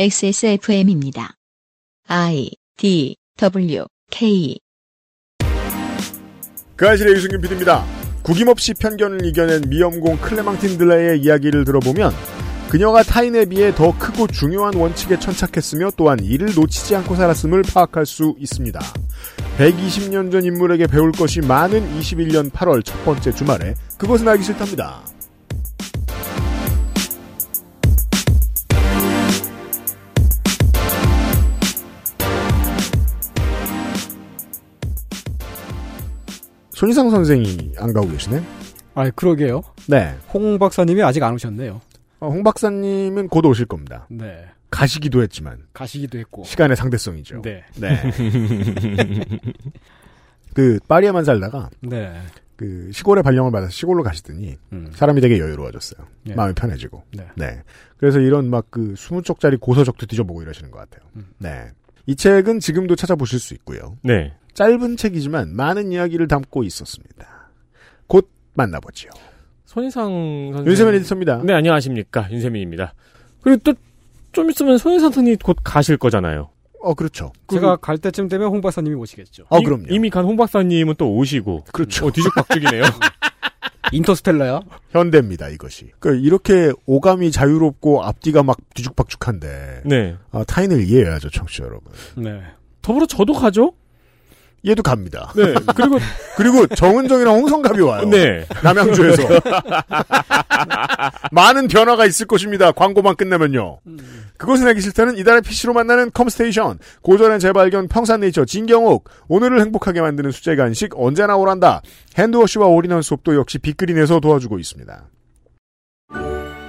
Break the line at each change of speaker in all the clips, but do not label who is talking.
XSFM입니다. I D W K
그 아실의 유승균 PD입니다. 구김없이 편견을 이겨낸 미엄공 클레망틴 들레의 이야기를 들어보면 그녀가 타인에 비해 더 크고 중요한 원칙에 천착했으며 또한 이를 놓치지 않고 살았음을 파악할 수 있습니다. 120년 전 인물에게 배울 것이 많은 21년 8월 첫 번째 주말에 그것은 알기 싫답니다. 손희상 선생이 안 가고 계시네?
아, 그러게요.
네.
홍 박사님이 아직 안 오셨네요.
어, 홍 박사님은 곧 오실 겁니다.
네.
가시기도 했지만
가시기도 했고.
시간의 상대성이죠.
네.
네. 그 파리에만 살다가
네.
그 시골에 발령을 받아서 시골로 가시더니
음.
사람이 되게 여유로워졌어요.
예.
마음이 편해지고.
네.
네. 그래서 이런 막 그 20쪽짜리 고서적도 뒤져보고 이러시는 것 같아요.
음.
네. 이 책은 지금도 찾아보실 수 있고요.
네.
짧은 책이지만 많은 이야기를 담고 있었습니다. 곧 만나보지요.
손희상 선생.
윤세민 에디터입니다.
네, 안녕하십니까. 윤세민입니다. 그리고 또, 좀 있으면 손희상 선생이 곧 가실 거잖아요.
어, 그렇죠.
제가 갈 때쯤 되면 홍 박사님이 오시겠죠.
어,
이-
그럼요.
이미 간 홍 박사님은 또 오시고.
그렇죠.
어, 뒤죽박죽이네요.
인터스텔라야?
현대입니다, 이것이. 그 이렇게 오감이 자유롭고 앞뒤가 막 뒤죽박죽한데
네.
아, 타인을 이해해야죠, 청취자 여러분.
네.
더불어 저도 가죠?
얘도 갑니다.
네. 그리고,
그리고 정은정이랑 홍성갑이 와요.
네.
남양주에서. 많은 변화가 있을 것입니다. 광고만 끝나면요.
음.
그것은 알기 싫다는 이달의 PC로 만나는 컴스테이션. 고전의 재발견 평산네이처 진경옥. 오늘을 행복하게 만드는 수제 간식 언제나 오란다. 핸드워시와 올인원 수업도 역시 빅그린에서 도와주고 있습니다.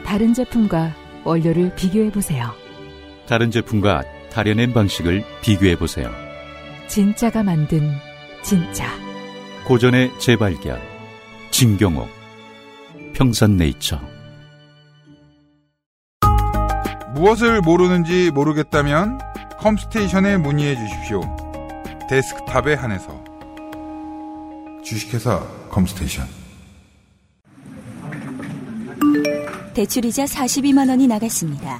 다른 제품과 원료를 비교해 보세요.
다른 제품과 다려낸 방식을 비교해 보세요.
진짜가 만든 진짜.
고전의 재발견. 진경옥. 평산네이처.
무엇을 모르는지 모르겠다면 컴스테이션에 문의해 주십시오. 데스크탑에 한해서 주식회사 컴스테이션
대출이자 42만 원이 나갔습니다.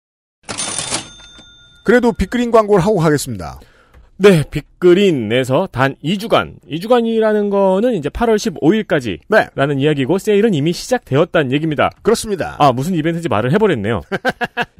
그래도 빅그린 광고를 하고 가겠습니다.
네, 빅그린에서 단 2주간. 2주간이라는 거는 이제 8월 15일까지.
네.
라는 이야기고, 세일은 이미 시작되었다는 얘기입니다.
그렇습니다.
아, 무슨 이벤트인지 말을 해버렸네요.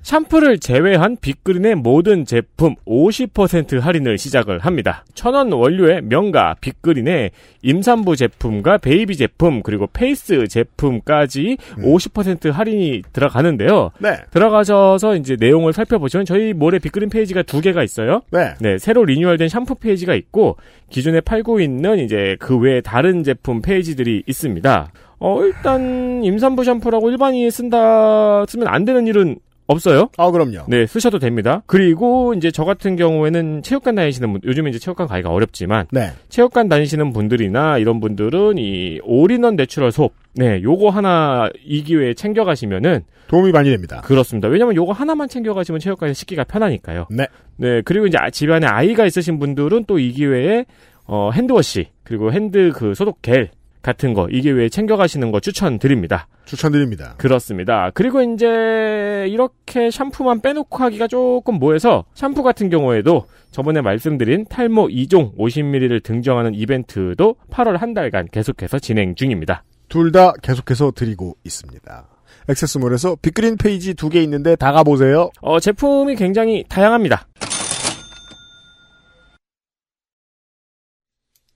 샴푸를 제외한 빅그린의 모든 제품 50% 할인을 시작을 합니다. 천원 원료의 명가 빅그린의 임산부 제품과 베이비 제품, 그리고 페이스 제품까지
음.
50% 할인이 들어가는데요.
네.
들어가셔서 이제 내용을 살펴보시면 저희 모레 빅그린 페이지가 두 개가 있어요.
네.
네, 새로 리뉴얼된 샴푸 페이지가 있고 기존에 팔고 있는 이제 그 외에 다른 제품 페이지들이 있습니다. 어, 일단 임산부 샴푸라고 일반인이 쓴다 쓰면 안 되는 일은 없어요.
아, 그럼요.
네, 쓰셔도 됩니다. 그리고 이제 저 같은 경우에는 체육관 다니시는 분, 요즘 이제 체육관 가기가 어렵지만
네.
체육관 다니시는 분들이나 이런 분들은 이 올인원 내추럴 솝, 네, 요거 하나 이 기회에 챙겨가시면은
도움이 많이 됩니다.
그렇습니다. 왜냐면 요거 하나만 챙겨가시면 체육관에서 식기가 편하니까요.
네.
네, 그리고 이제 아- 집안에 아이가 있으신 분들은 또 이 기회에, 어, 핸드워시, 그리고 핸드 그 소독 겔 같은 거, 이 기회에 챙겨가시는 거 추천드립니다.
추천드립니다.
그렇습니다. 그리고 이제 이렇게 샴푸만 빼놓고 하기가 조금 뭐해서 샴푸 같은 경우에도 저번에 말씀드린 탈모 2종 50ml를 등정하는 이벤트도 8월 한 달간 계속해서 진행 중입니다.
둘 다 계속해서 드리고 있습니다. 액세스몰에서 빅그린 페이지 두 개 있는데 다 가보세요.
어, 제품이 굉장히 다양합니다.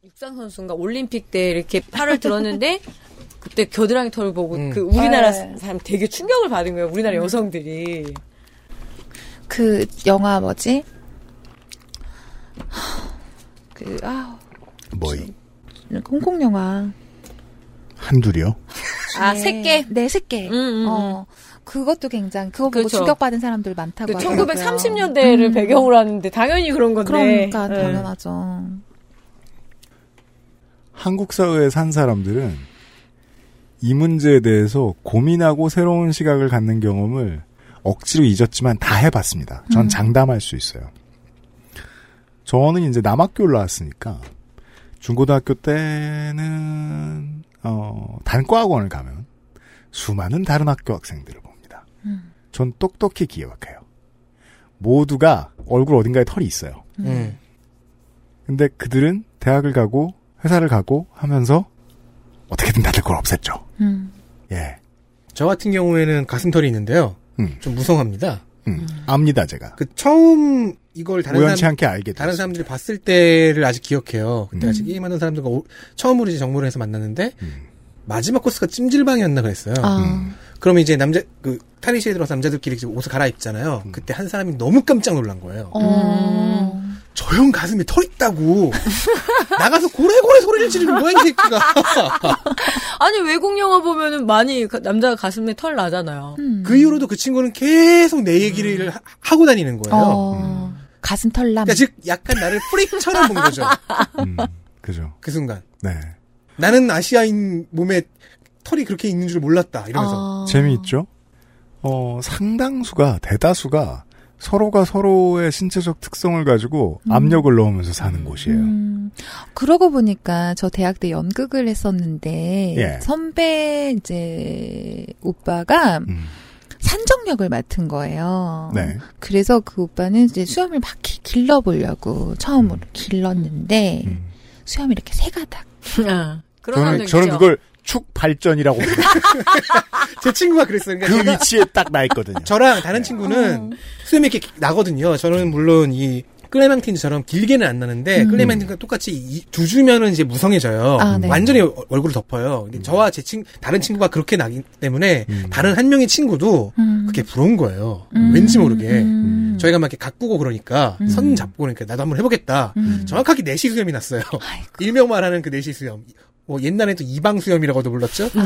육상 선수인가 올림픽 때 이렇게 팔을 들었는데 그때 겨드랑이 털을 보고
음.
그 우리나라
네. 음.
사람 되게 충격을 받은 거예요. 우리나라 여성들이.
그 영화 뭐지? 그 아,
뭐이?
홍콩 영화.
한둘이요?
아,
네.
새끼.
네, 새끼.
음, 음,
어. 그 그것도 굉장히 그거 보고
그렇죠.
충격받은 사람들 많다고
그
하더라고요.
1930년대를
음.
배경으로 하는데 당연히 그런 건데.
그러니까
예.
당연하죠.
한국 사회에 산 사람들은 이 문제에 대해서 고민하고 새로운 시각을 갖는 경험을 억지로 잊었지만 다 해봤습니다. 전
음.
장담할 수 있어요. 저는 이제 남학교를 나왔으니까 중고등학교 때는 어, 단과학원을 가면 수많은 다른 학교 학생들을 봅니다.
음.
전 똑똑히 기억해요. 모두가 얼굴 어딘가에 털이 있어요.
음.
근데 그들은 대학을 가고 회사를 가고 하면서 어떻게든 다들 그걸 없앴죠. 예. 음.
저 같은 경우에는 가슴털이 있는데요. 좀 무성합니다.
압니다, 제가.
그 처음 이걸 다른
우연치
사람,
않게 알게
다른 사람들이 봤을 때를 아직 기억해요. 그때
음.
같이 게임하는 사람들과 오- 처음으로 이제 정모를 해서 만났는데 마지막 코스가 찜질방이었나 그랬어요.
아. 음.
그러면 이제 남자 그 탈의실에 들어서 남자들끼리 지금 옷을 갈아입잖아요. 그때 한 사람이 너무 깜짝 놀란 거예요.
어.
저 형 가슴에 털 있다고 나가서 고래고래 소리를 지르는 거야 이 새끼가.
아니 외국 영화 보면은 많이 가- 남자가 가슴에 털 나잖아요.
음.
그 이후로도 그 친구는 계속 내 얘기를 하- 하고 다니는 거예요.
어. 가슴 털남.
그러니까 즉 약간 나를 프릭처럼 본 거죠.
그죠.
그 순간.
네.
나는 아시아인 몸에 털이 그렇게 있는 줄 몰랐다. 아, 이러면서.
아. 재미있죠? 어, 상당수가, 대다수가 서로가 서로의 신체적 특성을 가지고
음.
압력을 넣으면서 사는 곳이에요.
그러고 보니까 저 대학 때 연극을 했었는데
예.
선배 이제 오빠가 산정역을 맡은 거예요.
음. 네.
어.
그래서 그 오빠는 이제 수염을 막 기- 길러보려고 처음으로 길렀는데 수염이 이렇게 세 가닥.
음.
아,
저는, 저는 그걸 축 발전이라고.
제 친구가 그랬어요.
그 위치에 딱 나 있거든요.
저랑 다른 친구는
어.
수염이 이렇게 나거든요. 저는 물론 이 클레멘틴처럼 길게는 안 나는데
음.
클레멘틴과 똑같이 이- 두 주면은 이제 무성해져요.
아, 네.
완전히 어- 얼굴을 덮어요. 근데 저와 제 친, 다른 친구가 그렇게 나기 때문에 다른 한 명의 친구도
음.
그게 부러운 거예요. 왠지 모르게.
음.
저희가 막 이렇게 가꾸고 그러니까 선 잡고 그러니까 나도 한번 해보겠다.
음.
정확하게 내시 수염이 났어요. 일명 말하는 그 내시 수염. 뭐 옛날에 또 이방 수염이라고도 불렀죠.
네.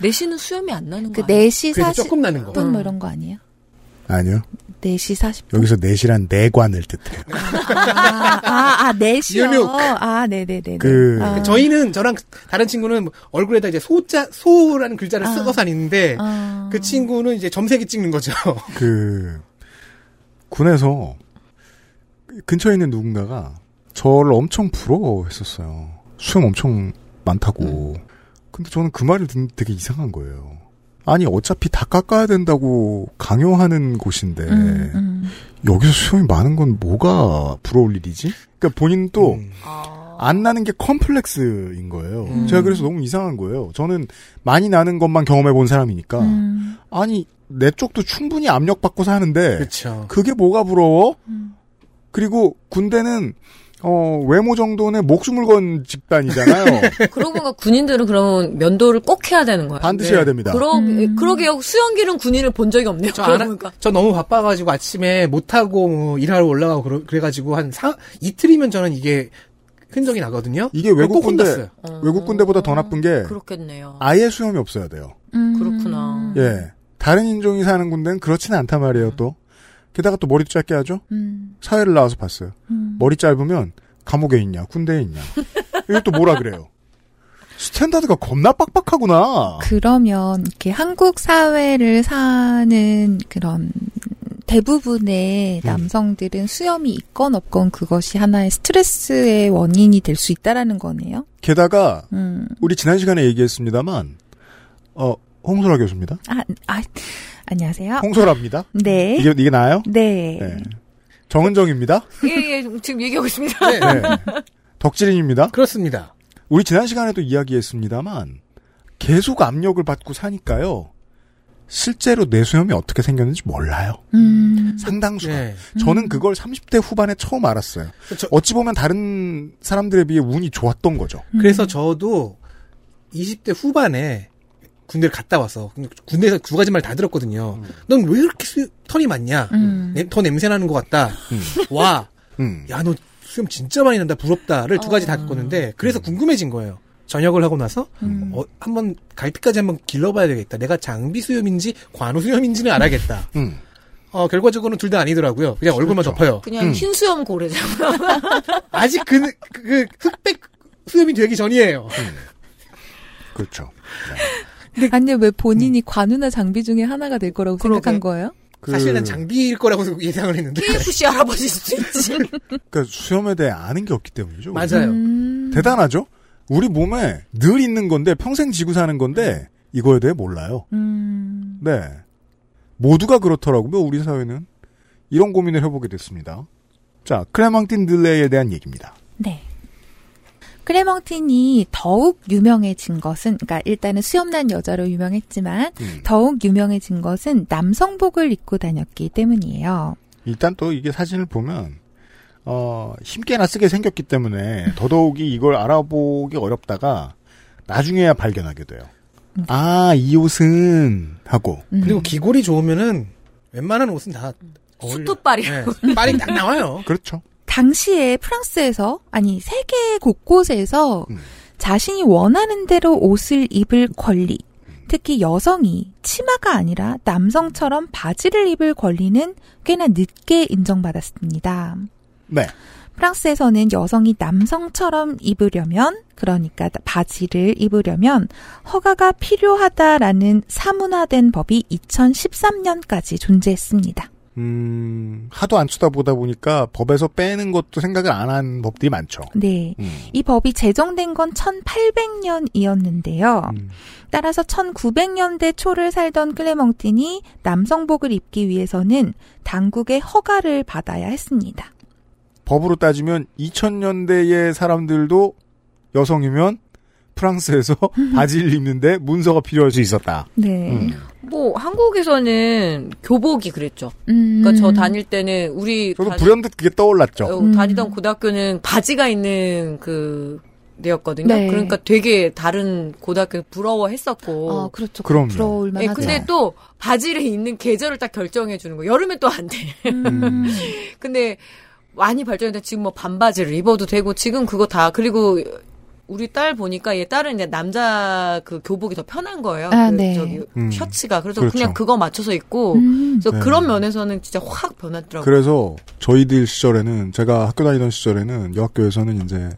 내시는 수염이 안 나는
그 4시
그래서
40분
조금 나는 거.
뭐 이런 거 아니에요?
아니요.
4시 40분.
여기서 내실한 내관을 뜻해요.
아, 아, 아 4시요?
연육.
아, 네네네.
그-
아.
저희는 저랑 다른 친구는 뭐 얼굴에다 이제 소자 소라는
아.
글자를 쓰고 다니는데 그 친구는 이제 점색이 찍는 거죠.
그 군에서 근처에 있는 누군가가 저를 엄청 부러워했었어요. 수염 엄청 많다고. 근데 저는 그 말을 듣는 되게 이상한 거예요. 아니 어차피 다 깎아야 된다고 강요하는 곳인데
음,
음,
여기서 수염이 많은 건 뭐가 부러울 일이지? 그러니까 본인도
음. 아,
안 나는 게 컴플렉스인 거예요. 제가 그래서 너무 이상한 거예요. 저는 많이 나는 것만 경험해 본 사람이니까
음.
아니 내 쪽도 충분히 압력 받고 사는데
그쵸.
그게 뭐가 부러워? 그리고 군대는 어, 외모 정도는 목숨을 건 집단이잖아요.
그러고 보니까 군인들은 그러면 면도를 꼭 해야 되는 거예요.
반드시 해야 됩니다.
그러,
음.
그러게요. 수영길은 군인을 본 적이 없네요.
저,
그러고
안 하-
보니까.
저 너무 바빠가지고 아침에 못하고 뭐 일하러 올라가고 그러, 그래가지고 한 사, 이틀이면 저는 이게 흔적이 나거든요.
이게 외국
꼭
군대
혼났어요.
외국 군대보다 더 나쁜
예.
게
음. 그렇겠네요.
아예 수염이 없어야 돼요.
음,
그렇구나.
예. 다른 인종이 사는 군대는 그렇진 않단 말이에요, 또. 게다가 또 머리도 짧게 하죠? 사회를 나와서 봤어요.
음.
머리 짧으면 감옥에 있냐, 군대에 있냐. 이거 또 뭐라 그래요? 스탠다드가 겁나 빡빡하구나.
그러면 이렇게 한국 사회를 사는 그런 대부분의 남성들은 수염이 있건 없건 그것이 하나의 스트레스의 원인이 될 수 있다라는 거네요.
게다가,
음.
우리 지난 시간에 얘기했습니다만, 어, 홍소라 교수입니다.
아, 아 안녕하세요.
홍소라입니다.
아. 네.
어? 이게, 이게 나아요?
네.
네. 정은정입니다.
예, 예, 지금 얘기하고 있습니다.
네. 덕질인입니다.
그렇습니다.
우리 지난 시간에도 이야기했습니다만 계속 압력을 받고 사니까요. 실제로 뇌수염이 어떻게 생겼는지 몰라요.
음.
상당수가.
네.
저는 그걸 30대 후반에 처음 알았어요. 어찌 보면 다른 사람들에 비해 운이 좋았던 거죠.
그래서 저도 20대 후반에 군대를 갔다 와서 근데 군대에서 두 가지 말 다 들었거든요. 넌 왜 이렇게 수- 털이 많냐? 냄- 더 냄새 나는 것 같다.
음.
음.
와, 야 너 수염 진짜 많이 난다. 부럽다를 두 가지 다 겪었는데 그래서 궁금해진 거예요. 전역을 하고 나서 어, 한번 갈 때까지 한번 길러봐야 되겠다. 내가 장비 수염인지 관우 수염인지는 알아야겠다.
음.
어, 결과적으로는 둘 다 아니더라고요. 그냥 얼굴만
그렇죠.
덮어요.
그냥 흰 수염 고래잖아.
아직 그, 그, 그 흑백 수염이 되기 전이에요.
그렇죠.
아니 왜 본인이 관우나 장비 중에 하나가 될 거라고 생각한 거예요?
그
사실은 장비일 거라고 예상을 했는데.
KFC 할아버지일 수도 있지.
그러니까 수염에 대해 아는 게 없기 때문이죠.
맞아요.
음.
음. 대단하죠? 우리 몸에 늘 있는 건데 평생 지고 사는 건데 이거에 대해 몰라요. 네. 모두가 그렇더라고요. 우리 사회는 이런 고민을 해보게 됐습니다. 자, 크레망틴 들레에 대한 얘기입니다.
네. 크레멍틴이 더욱 유명해진 것은, 그러니까 일단은 수염난 여자로 유명했지만,
음.
더욱 유명해진 것은 남성복을 입고 다녔기 때문이에요.
일단 또 이게 사진을 보면 어, 힘께나 쓰게 생겼기 때문에 더더욱이 이걸 알아보기 어렵다가 나중에야 발견하게 돼요. 아, 이 옷은 하고.
그리고 기골이 좋으면은 웬만한 옷은 다
수토빨이.
네, 빨이 딱 나와요.
그렇죠.
당시에 프랑스에서, 아니, 세계 곳곳에서 자신이 원하는 대로 옷을 입을 권리, 특히 여성이 치마가 아니라 남성처럼 바지를 입을 권리는 꽤나 늦게 인정받았습니다.
네.
프랑스에서는 여성이 남성처럼 입으려면, 그러니까 바지를 입으려면 허가가 필요하다라는 사문화된 법이 2013년까지 존재했습니다.
음, 하도 안 쳐다보다 보니까 법에서 빼는 것도 생각을 안 한 법들이 많죠.
네. 이 법이 제정된 건 1800년이었는데요. 따라서 1900년대 초를 살던 클레멍틴이 남성복을 입기 위해서는 당국의 허가를 받아야 했습니다.
법으로 따지면 2000년대의 사람들도 여성이면 프랑스에서 바지를 입는데 문서가 필요할 수 있었다.
네.
음.
뭐 한국에서는 교복이 그랬죠.
음.
그러니까 저 다닐 때는 우리
저도
다니-
불현듯 그게 떠올랐죠.
어,
음.
다니던 고등학교는 바지가 있는 그 데였거든요.
네.
그러니까 되게 다른 고등학교 부러워했었고.
아, 그렇죠.
그럼요.
부러울
예,
만하죠.
근데
네.
또 바지를 입는 계절을 딱 결정해 주는 거. 여름엔 또 안 돼.
음.
근데 많이 발전해서 지금 뭐 반바지를 입어도 되고 지금 그거 다 그리고 우리 딸 보니까 얘 딸은 이제 남자 그 교복이 더 편한 거예요.
아,
그
네. 음.
저기
음.
셔츠가 그래서
그렇죠.
그냥 그거 맞춰서 입고 그래서
네.
그런 면에서는 진짜 확 변했더라고요.
그래서 저희들 시절에는 제가 학교 다니던 시절에는 여학교에서는 이제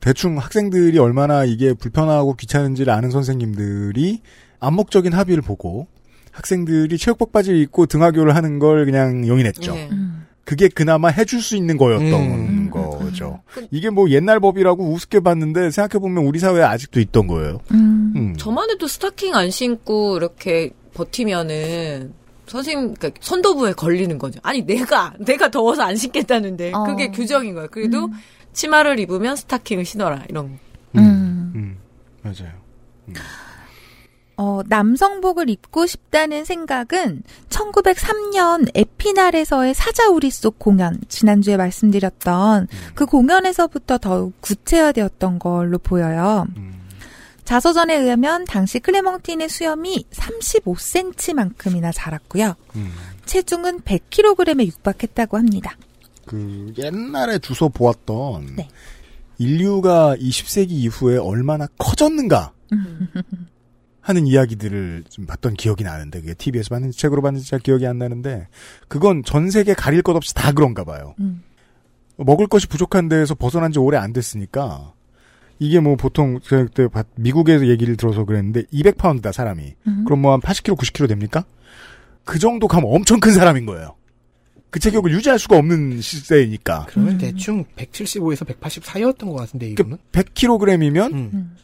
대충 학생들이 얼마나 이게 불편하고 귀찮은지를 아는 선생님들이 암묵적인 합의를 보고 학생들이 체육복 바지를 입고 등하교를 하는 걸 그냥 용인했죠.
음.
예. 음.
그게 그나마 해줄 수 있는 거였던 거죠.
그
이게 뭐 옛날 법이라고 우습게 봤는데 생각해보면 우리 사회에 아직도 있던 거예요. 음.
저만 해도 스타킹 안 신고 이렇게 버티면은 선생님 그러니까 선도부에 걸리는 거죠. 아니 내가 내가 더워서 안 신겠다는데 그게 규정인 거예요. 그래도 치마를 입으면 스타킹을 신어라 이런 거.
음.
음. 맞아요.
어, 남성복을 입고 싶다는 생각은 1903년 에피날에서의 사자우리 속 공연, 지난주에 말씀드렸던
음.
그 공연에서부터 더욱 구체화되었던 걸로 보여요.
음.
자서전에 의하면 당시 클레멍틴의 수염이 35cm만큼이나 자랐고요.
음.
체중은 100kg에 육박했다고 합니다.
그 옛날에 주소 보았던 인류가 20세기 이후에 얼마나 커졌는가 음. 하는 이야기들을 좀 봤던 기억이 나는데 그게 TV에서 봤는지 책으로 봤는지 잘 기억이 안 나는데 그건 전 세계 가릴 것 없이 다 그런가 봐요.
음.
먹을 것이 부족한 데에서 벗어난 지 오래 안 됐으니까 이게 뭐 보통 제가 그때 봤- 미국에서 얘기를 들어서 그랬는데 200파운드다 사람이
음.
그럼 뭐 한 80kg 90kg 됩니까? 그 정도 가면 엄청 큰 사람인 거예요. 그 체격을 유지할 수가 없는 시대이니까.
그러면 대충 175에서 180 사이였던 것 같은데 이거는 음.
100kg이면
음.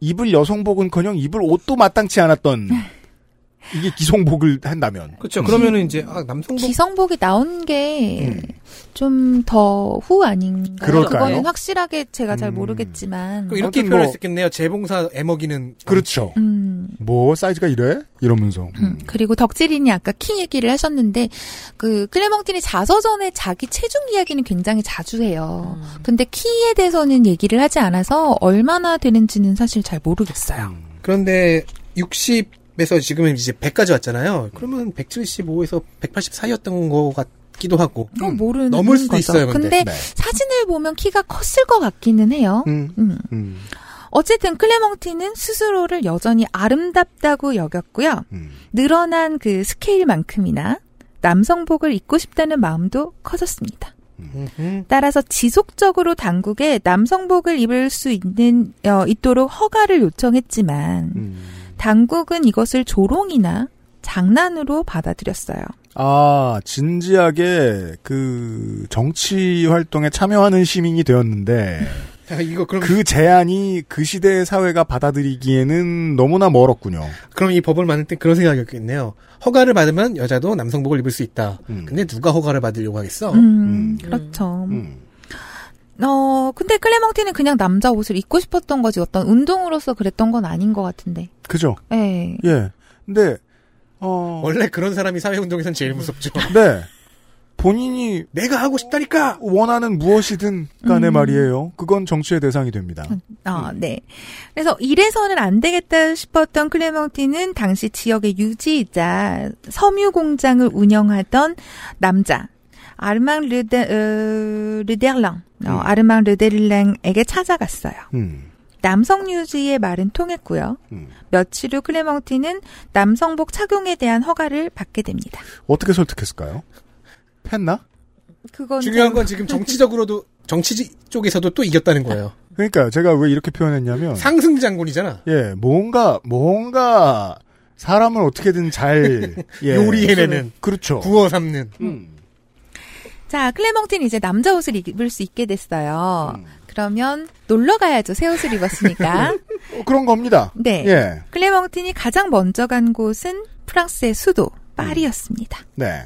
입을 여성복은커녕 입을 옷도 마땅치 않았던 이게 기성복을 한다면
그렇죠. 그러면은 이제 아, 남성복
기성복이 나온 게 좀 더 후 아닌가요?
그럴까요?
거는 확실하게 제가 잘 모르겠지만
그럼 이렇게
아무튼
표현할
뭐-
수 있겠네요. 재봉사 애먹이는
그렇죠.
음.
뭐 사이즈가 이래? 이러면서
음,
음.
그리고 덕질인이 아까 키 얘기를 하셨는데 그 클레멍틴이 자서전에 자기 체중 이야기는 굉장히 자주 해요.
음.
근데 키에 대해서는 얘기를 하지 않아서 얼마나 되는지는 사실 잘 모르겠어요.
그런데 60에서 지금 이제 100까지 왔잖아요. 그러면 175에서 180 사이였던 것 같기도 하고.
또 어, 모르는
넘을 수도
거죠.
네.
있어요, 근데.
사진을 보면 키가 컸을 것 같기는 해요. 음. 어쨌든 클레멍티는 스스로를 여전히 아름답다고 여겼고요.
음,
늘어난 그 스케일만큼이나 남성복을 입고 싶다는 마음도 커졌습니다. 따라서 지속적으로 당국에 남성복을 입을 수 있는 어, 있도록 허가를 요청했지만
음.
당국은 이것을 조롱이나 장난으로 받아들였어요.
아, 진지하게 그 정치 활동에 참여하는 시민이 되었는데
아, 이거 그럼
그 제안이 그 시대의 사회가 받아들이기에는 너무나 멀었군요.
그럼 이 법을 만들 때 그런 생각이었겠네요. 허가를 받으면 여자도 남성복을 입을 수 있다.
음.
근데 누가 허가를 받으려고 하겠어?
음, 그렇죠. 어, 근데 클레멍티는 그냥 남자 옷을 입고 싶었던 거지 어떤 운동으로서 그랬던 건 아닌 것 같은데.
그죠?
예.
예. 근데 어
원래 그런 사람이 사회운동에선 제일 무섭죠.
네. 본인이
내가 하고 싶다니까
원하는 무엇이든 간에
음.
말이에요. 그건 정치의 대상이 됩니다.
음.
아, 네. 그래서 이래서는 안 되겠다 싶었던 클레멍티는 당시 지역의 유지이자 섬유 공장을 운영하던 남자 아르망 르데 어, 르데랑 어,
음.
아르망 르데랑에게 찾아갔어요.
음.
남성 유지의 말은 통했고요.
음.
며칠 후 클레멍티는 남성복 착용에 대한 허가를 받게 됩니다.
어떻게 설득했을까요? 팼나?
그건
중요한 건 지금 정치적으로도 정치 쪽에서도 또 이겼다는 거예요.
그러니까요. 제가 왜 이렇게 표현했냐면
상승 장군이잖아.
예, 뭔가 뭔가 사람을 어떻게든 잘 예.
요리해내는.
그렇죠.
구워 삶는.
자, 클레멍티는 이제 남자 옷을 입을 수 있게 됐어요.
음.
그러면 놀러 가야죠. 새 옷을 입었으니까.
어, 그런 겁니다.
네.
예.
클레멍틴이 가장 먼저 간 곳은 프랑스의 수도 파리였습니다.
네.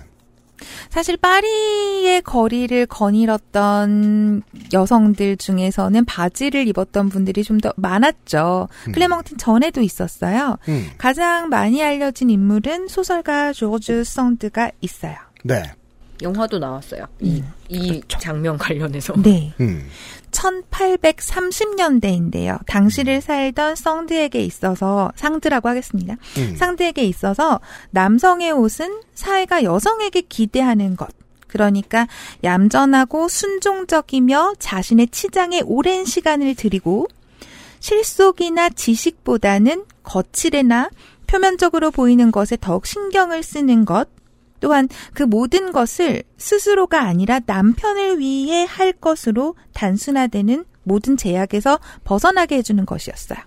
사실 파리의 거리를 거닐었던 여성들 중에서는 바지를 입었던 분들이 좀 더 많았죠. 클레멍틴 전에도 있었어요.
음.
가장 많이 알려진 인물은 소설가 조르주 성드가 있어요.
네.
영화도 나왔어요. 이,
음,
이
그렇죠.
장면 관련해서.
네.
음.
1830년대인데요. 당시를 살던 성드에게 있어서 상드라고 하겠습니다.
음.
상드에게 있어서 남성의 옷은 사회가 여성에게 기대하는 것. 그러니까 얌전하고 순종적이며 자신의 치장에 오랜 시간을 들이고 실속이나 지식보다는 거칠애나 표면적으로 보이는 것에 더욱 신경을 쓰는 것, 또한 그 모든 것을 스스로가 아니라 남편을 위해 할 것으로 단순화되는 모든 제약에서 벗어나게 해주는 것이었어요.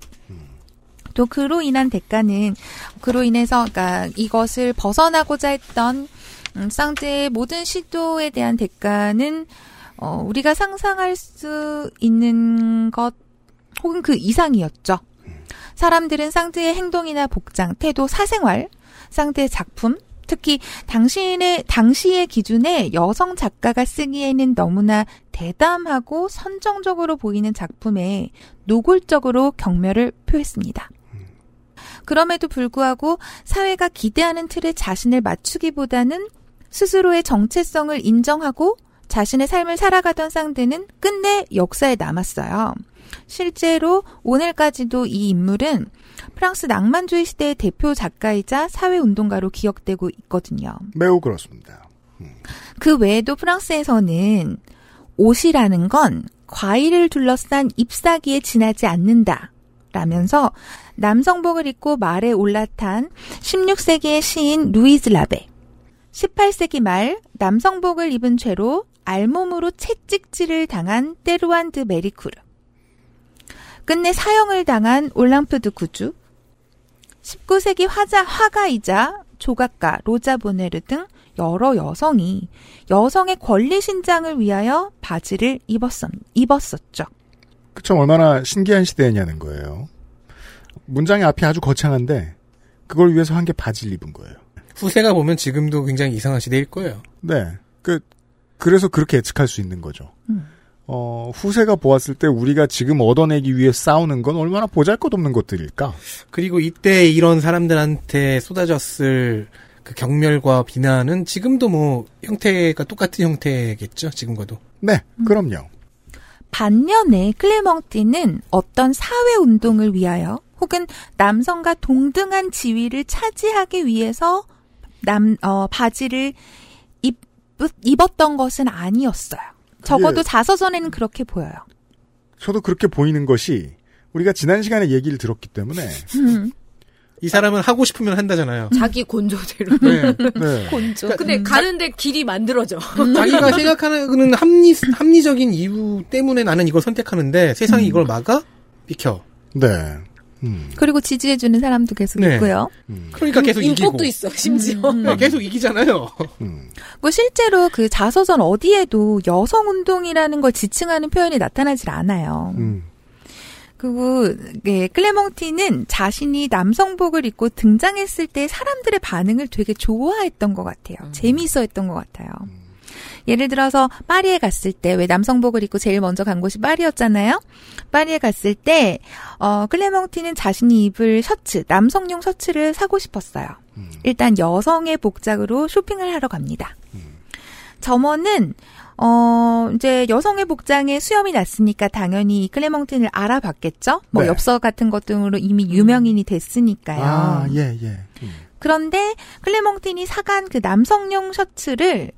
또 그로 인한 대가는 그로 인해서 그러니까 이것을 벗어나고자 했던 음, 쌍드의 모든 시도에 대한 대가는 어, 우리가 상상할 수 있는 것 혹은 그 이상이었죠. 사람들은 쌍드의 행동이나 복장, 태도, 사생활, 쌍드의 작품, 특히 당신의 당시의 기준에 여성 작가가 쓰기에는 너무나 대담하고 선정적으로 보이는 작품에 노골적으로 경멸을 표했습니다. 그럼에도 불구하고 사회가 기대하는 틀에 자신을 맞추기보다는 스스로의 정체성을 인정하고 자신의 삶을 살아가던 쌍드는 끝내 역사에 남았어요. 실제로 오늘까지도 이 인물은 프랑스 낭만주의 시대의 대표 작가이자 사회운동가로 기억되고 있거든요.
매우 그렇습니다.
그 외에도 프랑스에서는 옷이라는 건 과일을 둘러싼 잎사귀에 지나지 않는다. 라면서 남성복을 입고 말에 올라탄 16세기의 시인 루이즈 라베, 18세기 말 남성복을 입은 죄로 알몸으로 채찍질을 당한 테루안드 메리쿠르, 끝내 사형을 당한 올랑프드 구주, 19세기 화자, 화가이자 조각가 로자보네르 등 여러 여성이 여성의 권리 신장을 위하여 바지를 입었었, 입었었죠.
그참 얼마나 신기한 시대였냐는 거예요. 문장의 앞이 아주 거창한데 그걸 위해서 한 게 바지를 입은 거예요.
후세가 보면 지금도 굉장히 이상한 시대일 거예요.
네. 그 그래서 그렇게 예측할 수 있는 거죠.
음.
어, 후세가 보았을 때 우리가 지금 얻어내기 위해 싸우는 건 얼마나 보잘것없는 것들일까?
그리고 이때 이런 사람들한테 쏟아졌을 그 경멸과 비난은 지금도 뭐 형태가 똑같은 형태겠죠. 지금과도.
네, 그럼요.
반면에 클레멍띠는 어떤 사회 운동을 위하여 혹은 남성과 동등한 지위를 차지하기 위해서 남, 어, 바지를 입, 입었던 것은 아니었어요. 적어도
그게-
자서전에는 그렇게 보여요.
저도 그렇게 보이는 것이 우리가 지난 시간에 얘기를 들었기 때문에 음.
이 사람은 하고 싶으면 한다잖아요.
자기 곤조대로.
네,
네.
곤조. 근데
음.
가는데 길이 만들어져.
자기가 생각하는 합리 합리적인 이유 때문에 나는 이걸 선택하는데 세상이 이걸 막아 비켜.
네.
그리고 지지해주는 사람도 계속
네.
있고요.
그러니까
음,
계속 이기고.
심지어.
네, 계속 이기잖아요.
음,
뭐 실제로 그 자서전 어디에도 여성 운동이라는 걸 지칭하는 표현이 나타나질 않아요. 그리고 예, 클레몽티는 자신이 남성복을 입고 등장했을 때 사람들의 반응을 되게 좋아했던 것 같아요. 재미있어했던 것 같아요. 예를 들어서 파리에 갔을 때 왜 남성복을 입고 제일 먼저 간 곳이 파리였잖아요. 파리에 갔을 때 어, 클레몽티는 자신이 입을 셔츠, 남성용 셔츠를 사고 싶었어요.
음.
일단 여성의 복장으로 쇼핑을 하러 갑니다.
음.
점원은 어 이제 여성의 복장에 수염이 났으니까 당연히 이 클레몽틴을 알아봤겠죠. 뭐
네.
엽서 같은 것 등으로 이미 유명인이 됐으니까요.
아, 예, 예.
그런데 클레몽틴이 사간 그 남성용 셔츠를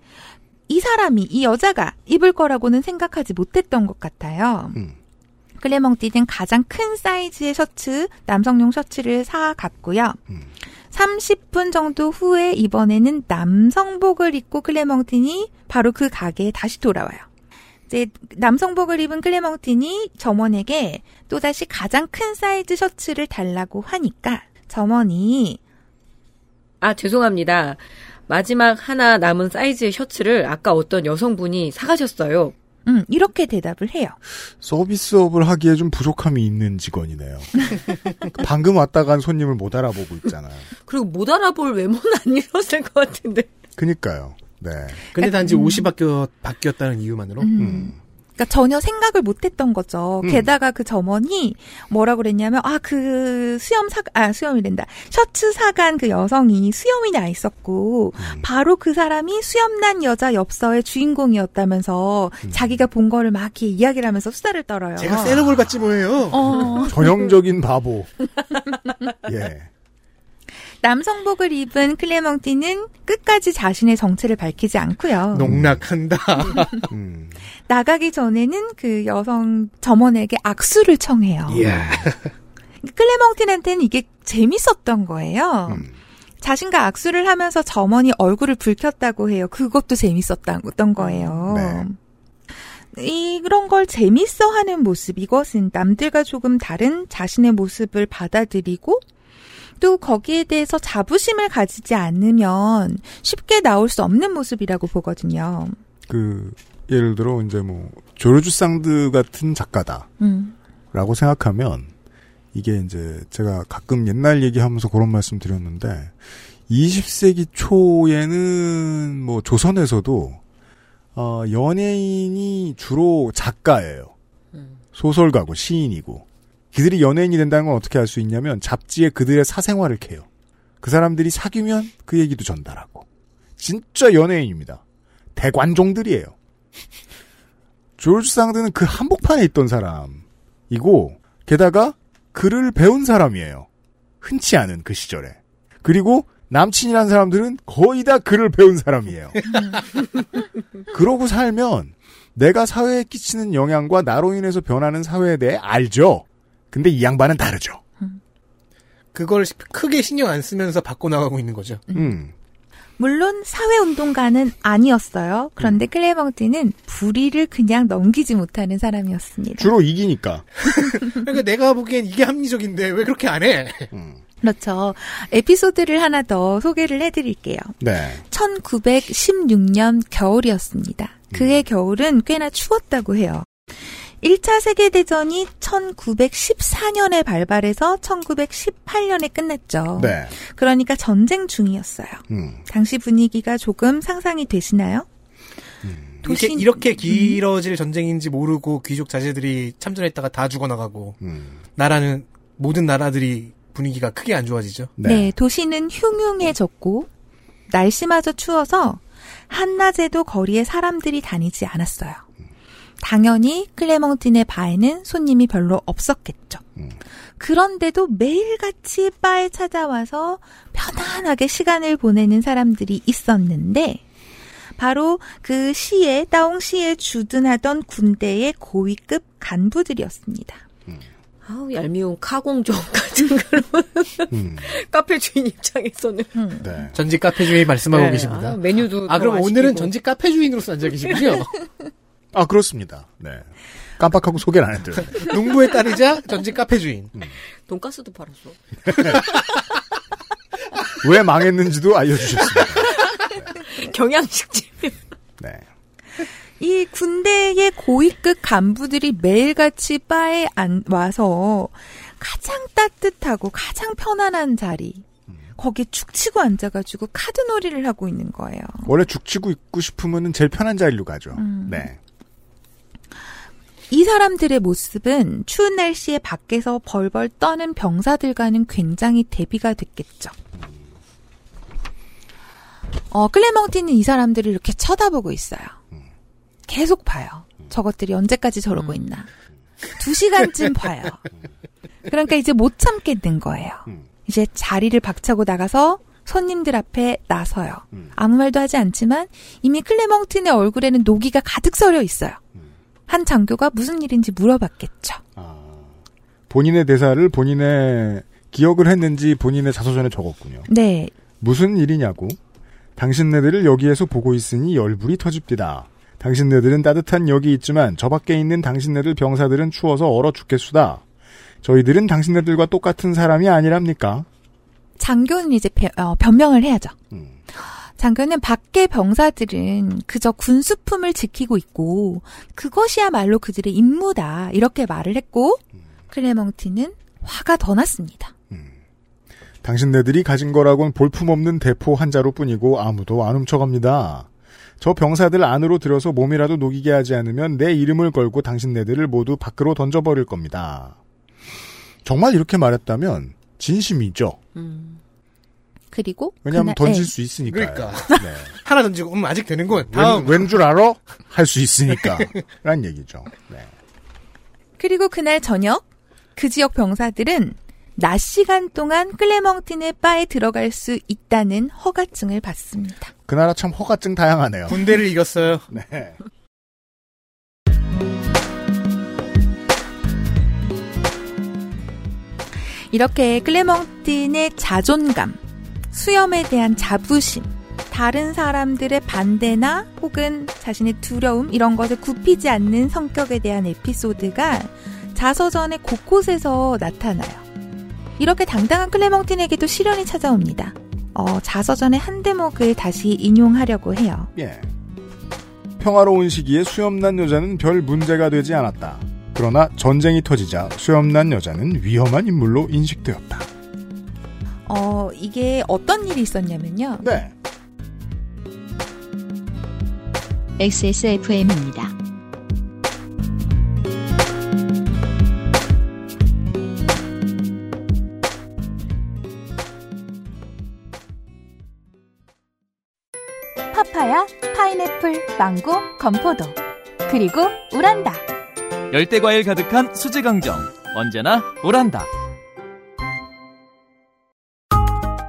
이 사람이 이 여자가 입을 거라고는 생각하지 못했던 것 같아요. 클레몽틴은 가장 큰 사이즈의 셔츠, 남성용 셔츠를 사 갔고요. 30분 정도 후에 이번에는 남성복을 입고 클레멍틴이 바로 그 가게에 다시 돌아와요. 이제 남성복을 입은 클레멍틴이 점원에게 또다시 가장 큰 사이즈 셔츠를 달라고 하니까 점원이
아, 죄송합니다. 마지막 하나 남은 사이즈의 셔츠를 아까 어떤 여성분이 사가셨어요.
음, 이렇게 대답을 해요.
서비스업을 하기에 좀 부족함이 있는 직원이네요. 방금 왔다 간 손님을 못 알아보고 있잖아요.
그리고 못 알아볼 외모는 안 잃었을 것 같은데.
그니까요. 네.
근데 단지
음.
옷이 바뀌어 바뀌었다는 이유만으로
음. 그러니까 전혀 생각을 못했던 거죠.
음.
게다가 그 점원이 뭐라고 그랬냐면 아 그 수염 사아 수염이란다 셔츠 사간 그 여성이 수염이 나 있었고
음.
바로 그 사람이 수염난 여자 엽서의 주인공이었다면서 자기가 본 거를 막 이렇게 이야기를 하면서 수다를 떨어요.
음. 제가 세르골 같지 뭐예요.
어.
전형적인 바보. 예.
남성복을 입은 클레멍띠는 끝까지 자신의 정체를 밝히지 않고요.
농락한다.
나가기 전에는 그 여성 점원에게 악수를 청해요. 클레멍틴한테는 이게 재밌었던 거예요.
음.
자신과 악수를 하면서 점원이 얼굴을 붉혔다고 해요. 그것도 재밌었던 거예요. 이런 걸 재밌어 하는 모습, 이것은 남들과 조금 다른 자신의 모습을 받아들이고, 또 거기에 대해서 자부심을 가지지 않으면 쉽게 나올 수 없는 모습이라고 보거든요.
그, 예를 들어, 이제 뭐, 조르주 상드 같은 작가다.
음.
라고 생각하면 이게 이제 제가 가끔 옛날 얘기하면서 그런 말씀 드렸는데 20세기 초에는 뭐 조선에서도 어 연예인이 주로 작가예요. 소설가고 시인이고 그들이 연예인이 된다는 건 어떻게 알 수 있냐면 잡지에 그들의 사생활을 캐요. 그 사람들이 사귀면 그 얘기도 전달하고 진짜 연예인입니다. 대관종들이에요. 조르주 상드는 그 한복판에 있던 사람이고 게다가 글을 배운 사람이에요. 흔치 않은 그 시절에. 그리고 남친이란 사람들은 거의 다 글을 배운 사람이에요. 그러고 살면 내가 사회에 끼치는 영향과 나로 인해서 변하는 사회에 대해 알죠. 근데 이 양반은 다르죠.
그걸 크게 신경 안 쓰면서 바꿔 나가고 있는 거죠.
음.
물론 사회운동가는 아니었어요.
음.
그런데 클레멍티는 불의를 그냥 넘기지 못하는 사람이었습니다.
주로 이기니까.
그러니까 내가 보기엔 이게 합리적인데 왜 그렇게 안 해?
그렇죠. 에피소드를 하나 더 소개를 해드릴게요.
네.
1916년 겨울이었습니다.
음.
그해 겨울은 꽤나 추웠다고 해요. 1차 세계대전이 1914년에 발발해서 1918년에 끝났죠.
네.
그러니까 전쟁 중이었어요.
음.
당시 분위기가 조금 상상이 되시나요?
음. 이렇게, 이렇게 길어질 전쟁인지 모르고 귀족 자제들이 참전했다가 다 죽어나가고
음.
나라는 모든 나라들이 분위기가 크게 안 좋아지죠.
네. 도시는 흉흉해졌고 날씨마저 추워서 한낮에도 거리에 사람들이 다니지 않았어요. 당연히 클레멍틴의 바에는 손님이 별로 없었겠죠. 그런데도 매일같이 바에 찾아와서 편안하게 시간을 보내는 사람들이 있었는데 바로 그 시에 따옹시에 주둔하던 군대의 고위급 간부들이었습니다.
아우 얄미운 카공족 같은 그런
음.
카페 주인 입장에서는
네.
전직 카페 주인 말씀하고
네,
음. 계십니다.
아, 메뉴도
아,
더
그럼
안
오늘은
시키고.
전직 카페 주인으로서 앉아 계시군요.
아, 그렇습니다. 네. 깜빡하고 소개를 안 해드려요.
농부의 딸이자 전직 카페 주인.
돈가스도 팔았어.
왜 망했는지도 알려주셨습니다.
경양식집.
음.
네.
이 군대의 고위급 간부들이 매일같이 바에 안 와서 가장 따뜻하고 가장 편안한 자리 거기에 축 치고 앉아가지고 카드놀이를 하고 있는 거예요.
원래 죽치고 있고 싶으면 제일 편한 자리로 가죠. 네.
이 사람들의 모습은 추운 날씨에 밖에서 벌벌 떠는 병사들과는 굉장히 대비가 됐겠죠. 어, 클레멍티는 이 사람들을 이렇게 쳐다보고 있어요. 계속 봐요. 저것들이 언제까지 저러고 있나. 두 시간쯤 봐요. 그러니까 이제 못 참겠는 거예요. 이제 자리를 박차고 나가서 손님들 앞에 나서요. 아무 말도 하지 않지만 이미 클레멍틴의 얼굴에는 노기가 가득 서려 있어요. 한 장교가 무슨 일인지 물어봤겠죠.
본인의 대사를 본인의 기억을 했는지 본인의 자서전에 적었군요.
네.
무슨 일이냐고. 당신네들을 여기에서 보고 있으니 열불이 터집니다. 당신네들은 따뜻한 여기 있지만 저 밖에 있는 당신네들 병사들은 추워서 얼어 죽겠수다. 저희들은 당신네들과 똑같은 사람이 아니랍니까?
장교는 이제 배- 어, 변명을 해야죠.
음.
장교는 밖의 병사들은 그저 군수품을 지키고 있고 그것이야말로 그들의 임무다 이렇게 말을 했고
음.
클레멍티는 화가 더 났습니다.
당신네들이 가진 거라곤 볼품없는 대포 한 자루 뿐이고 아무도 안 훔쳐갑니다. 저 병사들 안으로 들어서 몸이라도 녹이게 하지 않으면 내 이름을 걸고 당신네들을 모두 밖으로 던져버릴 겁니다. 정말 이렇게 말했다면 진심이죠.
그리고
왜냐하면
그날-
던질
예.
수 있으니까요.
그러니까.
네.
하나 던지고 음 아직 되는군. 다음.
왠 줄 알아? 할 수 있으니까. 라는 얘기죠. 네.
그리고 그날 저녁 그 지역 병사들은 낮 시간 동안 클레멍틴의 바에 들어갈 수 있다는 허가증을 받습니다.
그 나라 참 허가증 다양하네요.
군대를 이겼어요.
네.
이렇게 클레멍틴의 자존감, 수염에 대한 자부심, 다른 사람들의 반대나 혹은 자신의 두려움 이런 것에 굽히지 않는 성격에 대한 에피소드가 자서전의 곳곳에서 나타나요. 이렇게 당당한 클레멍틴에게도 시련이 찾아옵니다. 어, 자서전의 한 대목을 다시 인용하려고 해요.
예. 평화로운 시기에 수염난 여자는 별 문제가 되지 않았다. 그러나 전쟁이 터지자 수염난 여자는 위험한 인물로 인식되었다.
어, 이게 어떤 일이 있었냐면요.
네.
XSFM입니다.
파파야, 파인애플, 망고, 건포도. 그리고 우란다.
열대 과일 가득한 수제 강정 언제나 오란다.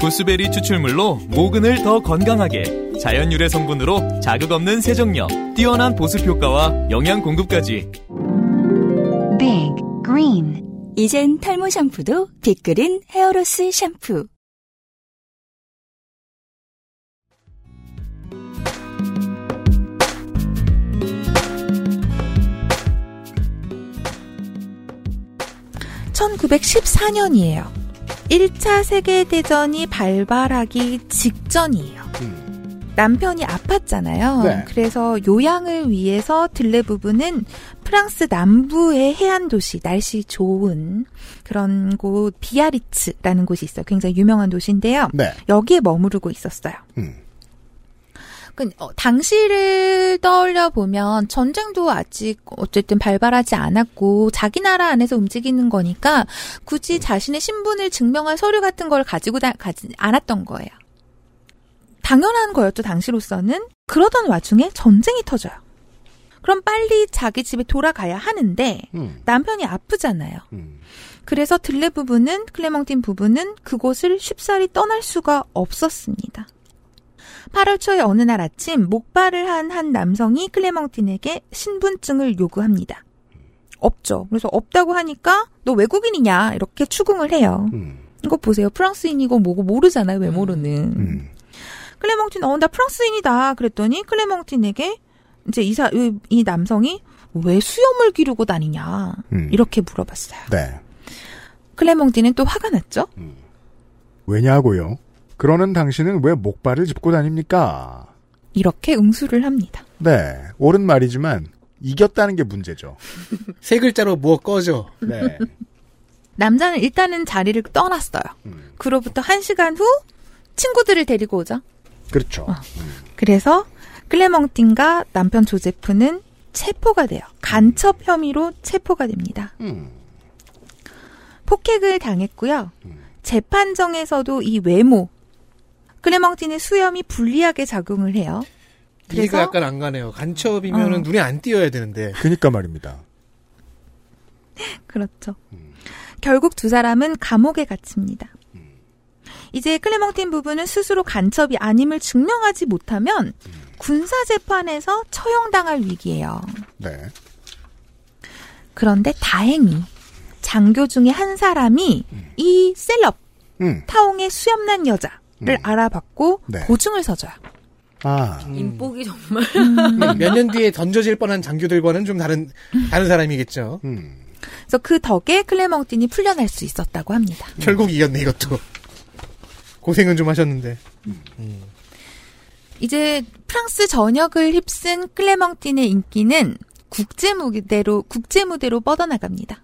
구스베리 추출물로 모근을 더 건강하게 자연 유래 성분으로 자극 없는 세정력, 뛰어난 보습 효과와 영양 공급까지
Big Green. 이젠 탈모 샴푸도 빅그린 헤어로스 샴푸.
천 1914년이에요. 1차 세계대전이 발발하기 직전이에요. 남편이 아팠잖아요.
네.
그래서 요양을 위해서 들레 부부는 프랑스 남부의 해안 도시, 날씨 좋은 그런 곳, 비아리츠라는 곳이 있어요. 굉장히 유명한 도시인데요.
네.
여기에 머무르고 있었어요. 그, 어, 당시를 떠올려 보면 전쟁도 아직 어쨌든 발발하지 않았고 자기 나라 안에서 움직이는 거니까 굳이 자신의 신분을 증명할 서류 같은 걸 가지고 다, 가지 않았던 거예요. 당연한 거였죠, 당시로서는. 그러던 와중에 전쟁이 터져요. 그럼 빨리 자기 집에 돌아가야 하는데
음.
남편이 아프잖아요. 그래서 들레 부부는 클레멍틴 부부는 그곳을 쉽사리 떠날 수가 없었습니다. 8월 초에 어느 날 아침 목발을 한 한 남성이 클레멍틴에게 신분증을 요구합니다. 없죠. 그래서 없다고 하니까 너 외국인이냐 이렇게 추궁을 해요.
음.
이거 보세요. 프랑스인이고 뭐고 모르잖아요. 외모로는.
음.
클레멍틴 어 나 프랑스인이다 그랬더니 클레멍틴에게 이제 이사 이, 이 남성이 왜 수염을 기르고 다니냐 이렇게 물어봤어요.
네.
클레몽디는 또 화가 났죠.
왜냐고요? 그러는 당신은 왜 목발을 짚고 다닙니까?
이렇게 응수를 합니다.
네, 옳은 말이지만 이겼다는 게 문제죠.
세 글자로 뭐 꺼져.
네.
남자는 일단은 자리를 떠났어요.
음.
그로부터 한 시간 후 친구들을 데리고 오죠.
그렇죠.
아. 그래서 클레멍틴과 남편 조제프는 체포가 돼요. 간첩 혐의로 체포가 됩니다.
음.
폭행을 당했고요.
음.
재판정에서도 이 외모, 클레멍틴의 수염이 불리하게 작용을 해요.
이해가 약간 안 가네요. 간첩이면은
어.
눈에 안 띄어야 되는데.
그니까 말입니다.
그렇죠. 결국 두 사람은 감옥에 갇힙니다. 이제 클레멍틴 부부는 스스로 간첩이 아님을 증명하지 못하면 군사 재판에서 처형당할 위기예요.
네.
그런데 다행히 장교 중에 한 사람이 이 셀럽
음.
타옹의 수염난 여자를
음.
알아봤고
네.
고증을 서줘요.
아.
인복이 정말.
몇 년 뒤에 던져질 뻔한 장교들과는 좀 다른 다른 사람이겠죠.
음.
그래서 그 덕에 클레멍틴이 풀려날 수 있었다고 합니다.
결국 이겼네 이것도. 고생은 좀 하셨는데.
이제 프랑스 전역을 휩쓴 클레멍틴의 인기는 국제 무대로 국제 무대로 뻗어나갑니다.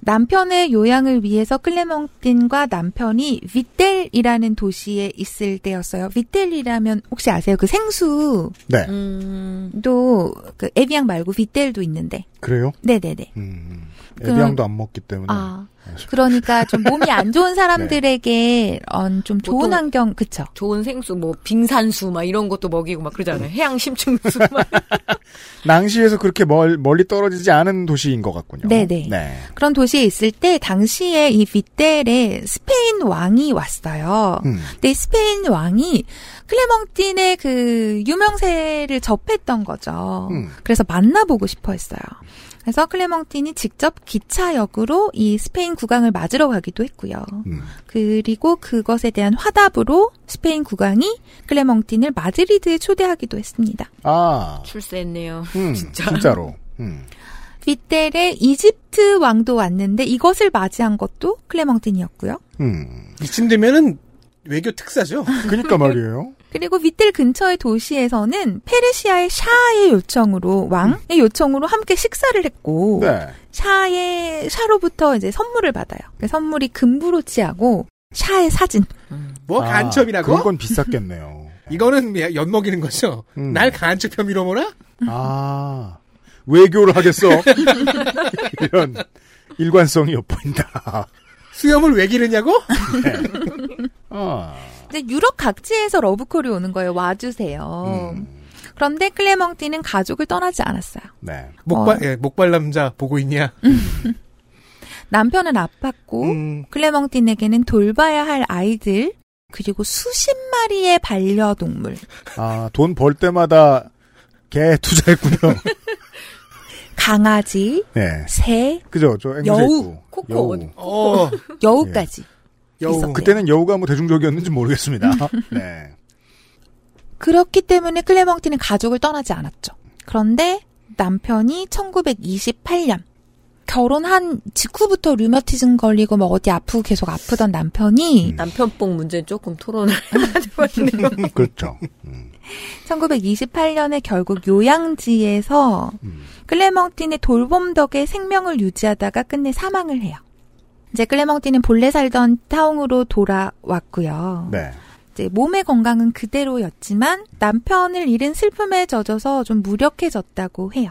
남편의 요양을 위해서 클레멍틴과 남편이 위텔이라는 도시에 있을 때였어요. 위텔이라면 혹시 아세요? 그 생수도
네.
음.
그 에비앙 말고 위텔도 있는데.
그래요? 음.
네네네. 그럼-
애비양도 안 먹기 때문에.
아, 그러니까 좀 몸이 안 좋은 사람들에게 어, 좀 좋은
네. 보통-
환경, 그쵸?
좋은 생수, 뭐, 빙산수, 막 이런 것도 먹이고 막
음.
그러잖아요. 해양 심층수, 막.
낭시에서 그렇게 멀, 멀리 떨어지지 않은 도시인 것 같군요.
네네.
네.
그런 도시에 있을 때 당시에 이 빗델에 스페인 왕이 왔어요.
음.
근데 이 네, 스페인 왕이 클레멍틴의 그 유명세를 접했던 거죠.
음.
그래서 만나보고 싶어 했어요. 그래서 클레멍틴이 직접 기차역으로 이 스페인 국왕을 맞으러 가기도 했고요.
음.
그리고 그것에 대한 화답으로 스페인 국왕이 클레멍틴을 마드리드에 초대하기도 했습니다.
아.
출세했네요.
음,
진짜.
진짜로. 음.
빗델의 이집트 왕도 왔는데 이것을 맞이한 것도 클레멍틴이었고요.
이쯤 되면은 외교 특사죠.
음. 그니까 말이에요.
그리고 빗델 근처의 도시에서는 페르시아의 샤의 요청으로 왕의 요청으로 함께 식사를
뭐?
했고
네.
샤의 샤로부터 이제 선물을 받아요. 그 선물이 금브로치하고 샤의 사진.
뭐
아,
간첩이라고?
그런 건 비쌌겠네요.
이거는 엿 먹이는 거죠.
음.
날 간첩 혐의로 몰아?
아. 외교를 하겠어. 이런 일관성이 엿보인다.
수염을 왜 기르냐고?
아.
근데 유럽 각지에서 러브콜이 오는 거예요. 와주세요.
음.
그런데 클레멍띠는 가족을 떠나지 않았어요.
네.
목발 예, 목발 남자 보고 있냐?
남편은 아팠고
음.
클레멍틴에게는 돌봐야 할 아이들 그리고 수십 마리의 반려동물
아, 돈 벌 때마다 개 투자했군요.
강아지
네.
새
그죠? 저 앵무새
여우
있고. 여우.
어.
여우까지 음. 있었대요.
그때는 여우가 뭐 대중적이었는지 모르겠습니다. 네.
그렇기 때문에 클레멍틴은 가족을 떠나지 않았죠. 그런데 남편이 1928년 결혼한 직후부터 류머티즘 걸리고 뭐 어디 아프고 계속 아프던 남편이
음. 남편뽕 문제 조금 토론을 해봤네요.
그렇죠.
1928년에 결국 요양지에서 클레멍틴의 돌봄 덕에 생명을 유지하다가 끝내 사망을 해요. 이제 클레멍틴은 본래 살던 타옹으로 돌아왔고요.
네.
이제 몸의 건강은 그대로였지만 남편을 잃은 슬픔에 젖어서 좀 무력해졌다고 해요.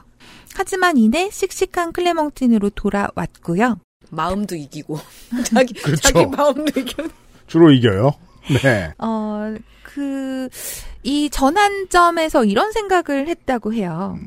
하지만 이내 씩씩한 클레멍틴으로 돌아왔고요.
마음도 이기고 자기
그렇죠.
자기 마음도 이기고
주로 이겨요. 네.
어, 그, 이 전환점에서 이런 생각을 했다고 해요.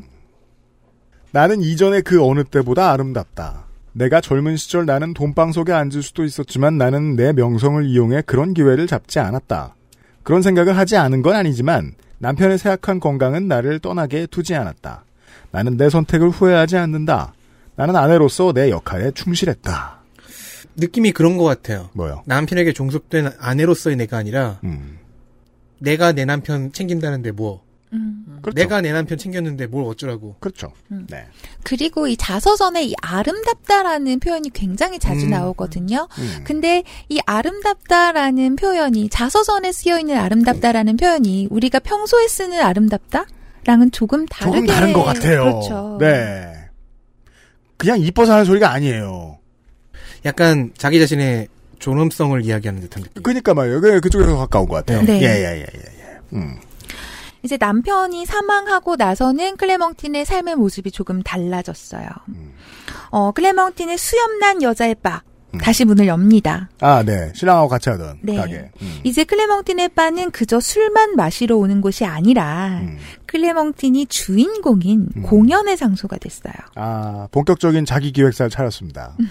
나는 이전의 그 어느 때보다 아름답다. 내가 젊은 시절 나는 돈방 속에 앉을 수도 있었지만 나는 내 명성을 이용해 그런 기회를 잡지 않았다. 그런 생각을 하지 않은 건 아니지만 남편의 세약한 건강은 나를 떠나게 두지 않았다. 나는 내 선택을 후회하지 않는다. 나는 아내로서 내 역할에 충실했다.
느낌이 그런 것 같아요.
뭐요? 음.
남편에게 종속된 아내로서의 내가 아니라 내가 내 남편 챙긴다는데 뭐 내가 내 남편 챙겼는데 뭘 어쩌라고.
그렇죠.
음.
네.
그리고 이 자서전에 이 아름답다라는 표현이 굉장히 자주
음.
나오거든요.
음.
근데 이 아름답다라는 표현이 자서전에 쓰여 있는 아름답다라는 표현이 우리가 평소에 쓰는 아름답다랑은 조금 다르게
조금 다른 것 같아요.
그렇죠.
네. 그냥 이뻐서 하는 소리가 아니에요.
약간 자기 자신의 존엄성을 이야기하는 듯한 느낌.
그러니까 말이에요. 그- 그쪽에서 가까운 것 같아요.
네.
예, 예, 예, 예, 예. 음.
이제 남편이 사망하고 나서는 클레멍틴의 삶의 모습이 조금 달라졌어요.
음.
어, 클레멍틴의 수염난 여자의 바
음.
다시 문을 엽니다.
아, 네. 신랑하고 같이 하던
네.
가게. 음.
이제 클레멍틴의 바는 그저 술만 마시러 오는 곳이 아니라
음.
클레멍틴이 주인공인 공연의 장소가 됐어요.
아, 본격적인 자기 기획사를 차렸습니다.
음.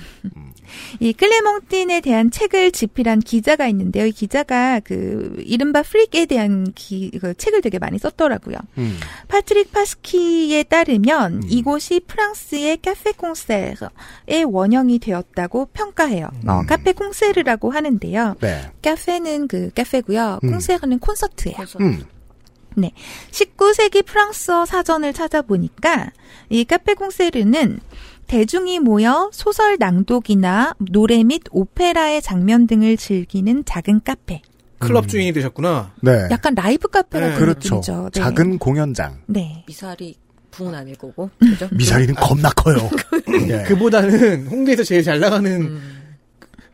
이 클레멍틴에 대한 책을 집필한 기자가 있는데요. 이 기자가 그 이른바 프릭에 대한 기- 그 책을 되게 많이 썼더라고요.
음.
파트릭 파스키에 따르면 이곳이 프랑스의 카페 콩세르의 원형이 되었다고 평가해요. 어, 카페 콩세르라고 하는데요.
네.
카페는 그 카페고요.
음.
콩세르는 콘서트예요.
음.
네. 19세기 프랑스어 사전을 찾아보니까 이 카페 콩세르는 대중이 모여 소설 낭독이나 노래 및 오페라의 장면 등을 즐기는 작은 카페. 음.
클럽 주인이 되셨구나.
네.
약간 라이브 카페 같은
그렇죠.
느낌이죠. 네.
작은 공연장.
네.
미사리 붕은 아닐 거고
음.
그죠?
미사리는 겁나 커요.
그
예.
네.
그보다는 홍대에서 제일 잘 나가는
음.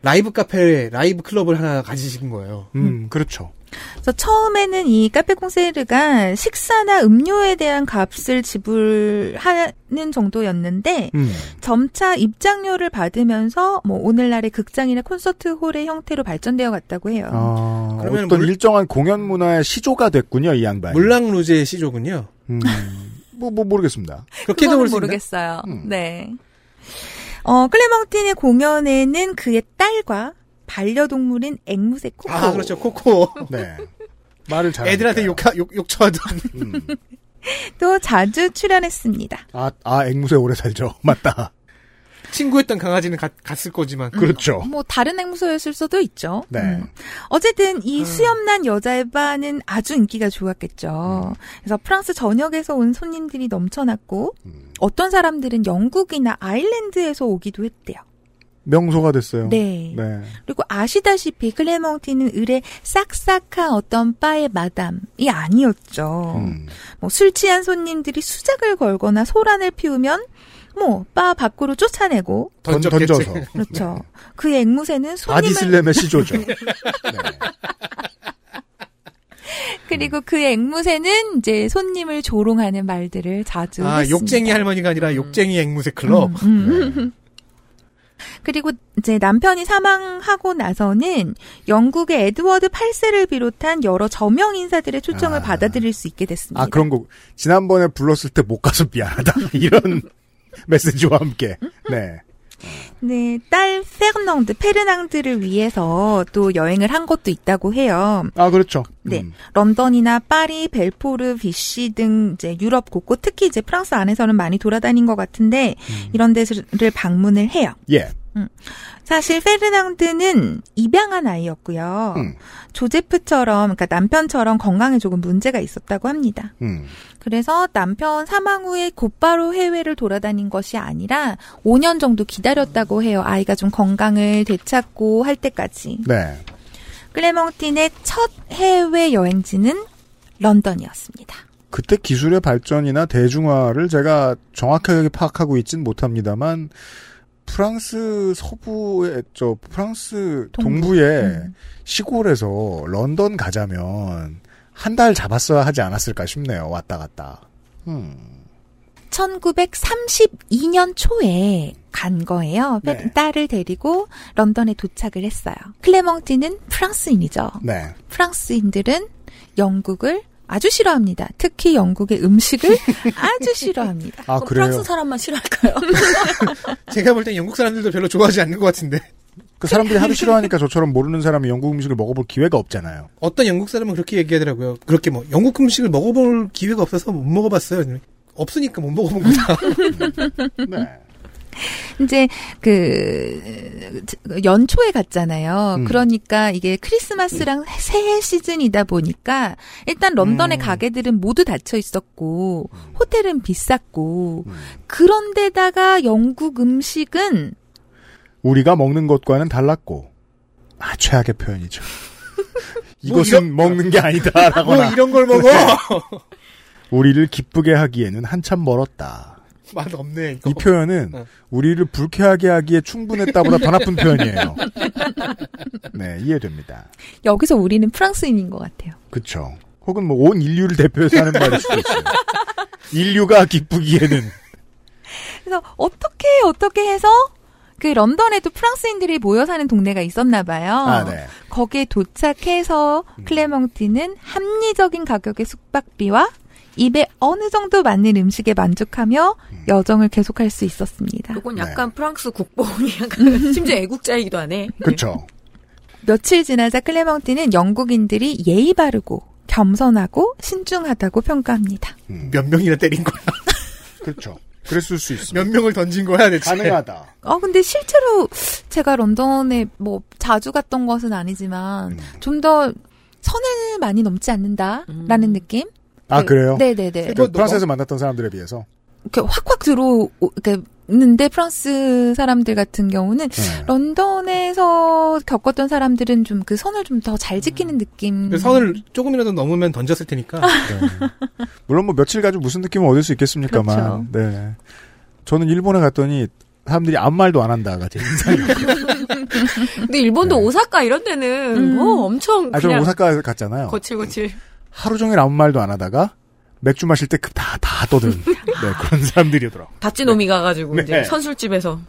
라이브 카페, 라이브 클럽을 하나 가지신 거예요.
음, 그렇죠.
그래서 처음에는 이 카페 콩세르가 식사나 음료에 대한 값을 지불하는 정도였는데
음.
점차 입장료를 받으면서 뭐 오늘날의 극장이나 콘서트 홀의 형태로 발전되어 갔다고 해요.
아,
그러면
어떤
물-
일정한 공연 문화의 시조가 됐군요, 이
네.
양반이.
물랑 루제의 시조군요.
음, 뭐, 뭐, 모르겠습니다.
그렇게도 볼 수 있나? 음.
모르겠어요. 네. 어, 클레멍틴의 공연에는 그의 딸과 반려동물인 앵무새 코코. 아,
아, 그렇죠. 코코.
네. 말을 잘.
애들한테 욕하, 욕, 욕처하던.
또 자주 출연했습니다.
아, 아, 앵무새 오래 살죠. 맞다.
친구였던 강아지는 갔, 갔을 거지만. 어.
그렇죠.
뭐 다른 앵무새였을 수도 있죠. 음.
네.
어쨌든
음.
이 수염난 여자의 바는 아주 인기가
음.
좋았겠죠. 그래서 프랑스 전역에서 온 손님들이 넘쳐났고
음.
어떤 사람들은 영국이나 아일랜드에서 오기도 했대요.
명소가 됐어요.
네. 그리고 아시다시피 클레멍티는 을의 싹싹한 어떤 바의 마담이 아니었죠.
음.
음.
뭐 술 취한 손님들이 수작을 걸거나 소란을 피우면 뭐 바 밖으로 쫓아내고
던- 던졌겠지. 던져서. 네.
그렇죠. 그 앵무새는 손님을
바디슬램의 시조죠. 네.
그리고 그 앵무새는 이제 손님을 조롱하는 말들을 자주
아,
했습니다.
욕쟁이 할머니가 아니라 욕쟁이 앵무새 클럽.
네.
음. 그리고 이제 남편이 사망하고 나서는 영국의 에드워드 8세를 비롯한 여러 저명 인사들의 초청을 받아들일 수 있게 됐습니다.
아, 그런 거. 지난번에 불렀을 때 못 가서 미안하다. 이런 메시지와 함께. 네.
네, 딸 페르낭드 페르낭드를 위해서 또 여행을 한 것도 있다고 해요.
아, 그렇죠.
네, 런던이나 파리, 벨포르, 비시 등 이제 유럽 곳곳, 특히 이제 프랑스 안에서는 많이 돌아다닌 것 같은데 이런 데를 방문을 해요.
예.
사실 페르낭드는 입양한 아이였고요.
음.
조제프처럼, 그러니까 남편처럼 건강에 조금 문제가 있었다고 합니다.
음.
그래서 남편 사망 후에 곧바로 해외를 돌아다닌 것이 아니라 5년 정도 기다렸다고 해요. 아이가 좀 건강을 되찾고 할 때까지.
네.
클레멍틴의 첫 해외 여행지는 런던이었습니다.
그때 기술의 발전이나 대중화를 제가 정확하게 파악하고 있진 못합니다만 프랑스 서부의 저 프랑스
동부.
동부. 의 시골에서 런던 가자면 한 달 잡았어야 하지 않았을까 싶네요. 왔다 갔다. 음.
1932년 초에 간 거예요.
네.
딸을 데리고 런던에 도착을 했어요. 클레멍티는 프랑스인이죠.
네.
프랑스인들은 영국을 아주 싫어합니다. 특히 영국의 음식을 아주 싫어합니다.
아, 그럼 그래요? 프랑스
사람만 싫어할까요?
제가 볼 땐 영국 사람들도 별로 좋아하지 않는 것 같은데.
그 사람들이 하도 싫어하니까 저처럼 모르는 사람이 영국 음식을 먹어볼 기회가 없잖아요.
어떤 영국 사람은 그렇게 얘기하더라고요. 그렇게 뭐 영국 음식을 먹어볼 기회가 없어서 못 먹어봤어요. 없으니까 못 먹어본
음.
거다.
네.
이제 그 연초에 갔잖아요.
음.
그러니까 이게 크리스마스랑 새해 시즌이다 보니까 일단
음.
런던의 가게들은 모두 닫혀 있었고 호텔은 비쌌고
음.
그런데다가 영국 음식은
우리가 먹는 것과는 달랐고 아 최악의 표현이죠. 이것은 먹는 게 아니다라거나
뭐 이런 걸 먹어.
우리를 기쁘게 하기에는 한참 멀었다.
맛 없네. 이거.
이 표현은
어.
우리를 불쾌하게 하기에 충분했다보다 더 나쁜 표현이에요. 네 이해됩니다.
여기서 우리는 프랑스인인 것 같아요.
그쵸. 혹은 뭐 온 인류를 대표해서 하는 말일 수도 있어요. 인류가 기쁘기에는
그래서 어떻게 어떻게 해서 그 런던에도 프랑스인들이 모여 사는 동네가 있었나 봐요.
어.
아, 네.
거기에 도착해서
음.
클레멍티는 합리적인 가격의 숙박비와 입에 어느 정도 맞는 음식에 만족하며 여정을 계속할 수 있었습니다.
이건
네.
약간 프랑스 국뽕이 약간 심지어 애국자이기도 하네.
그렇죠.
며칠 지나자 클레멍티는 영국인들이 예의 바르고 겸손하고 신중하다고 평가합니다.
몇 명이나 때린 거야.
음. 그렇죠. 그랬을 수 있어.
몇 명을 네. 던진 거야, 대체.
가능하다.
아, 근데 실제로 제가 런던에 뭐 자주 갔던 것은
음.
아니지만 좀 더 선을 많이 넘지 않는다라는 느낌?
아
네.
그래요?
네네네.
그 프랑스에서 만났던 사람들에 비해서
이렇게 확확 들어오는데 프랑스 사람들 같은 경우는
네.
런던에서 겪었던 사람들은 좀 그 선을 좀 더 잘 지키는 느낌.
그 선을 조금이라도 넘으면 던졌을 테니까.
물론 뭐 며칠 가지고 무슨 느낌을 얻을 수 있겠습니까만.
그렇죠.
네. 저는 일본에 갔더니 사람들이 아무 말도 안 한다가 제 인상이.
근데 일본도 오사카 이런 데는 뭐
네.
엄청
아, 저는
그냥
오사카 갔잖아요. 네.
거칠거칠.
하루 종일 아무 말도 안 하다가 맥주 마실 때 급 다, 다 떠든. 네, 그런 사람들이더라고.
다찌놈이 가가지고
네.
이제 선술집에서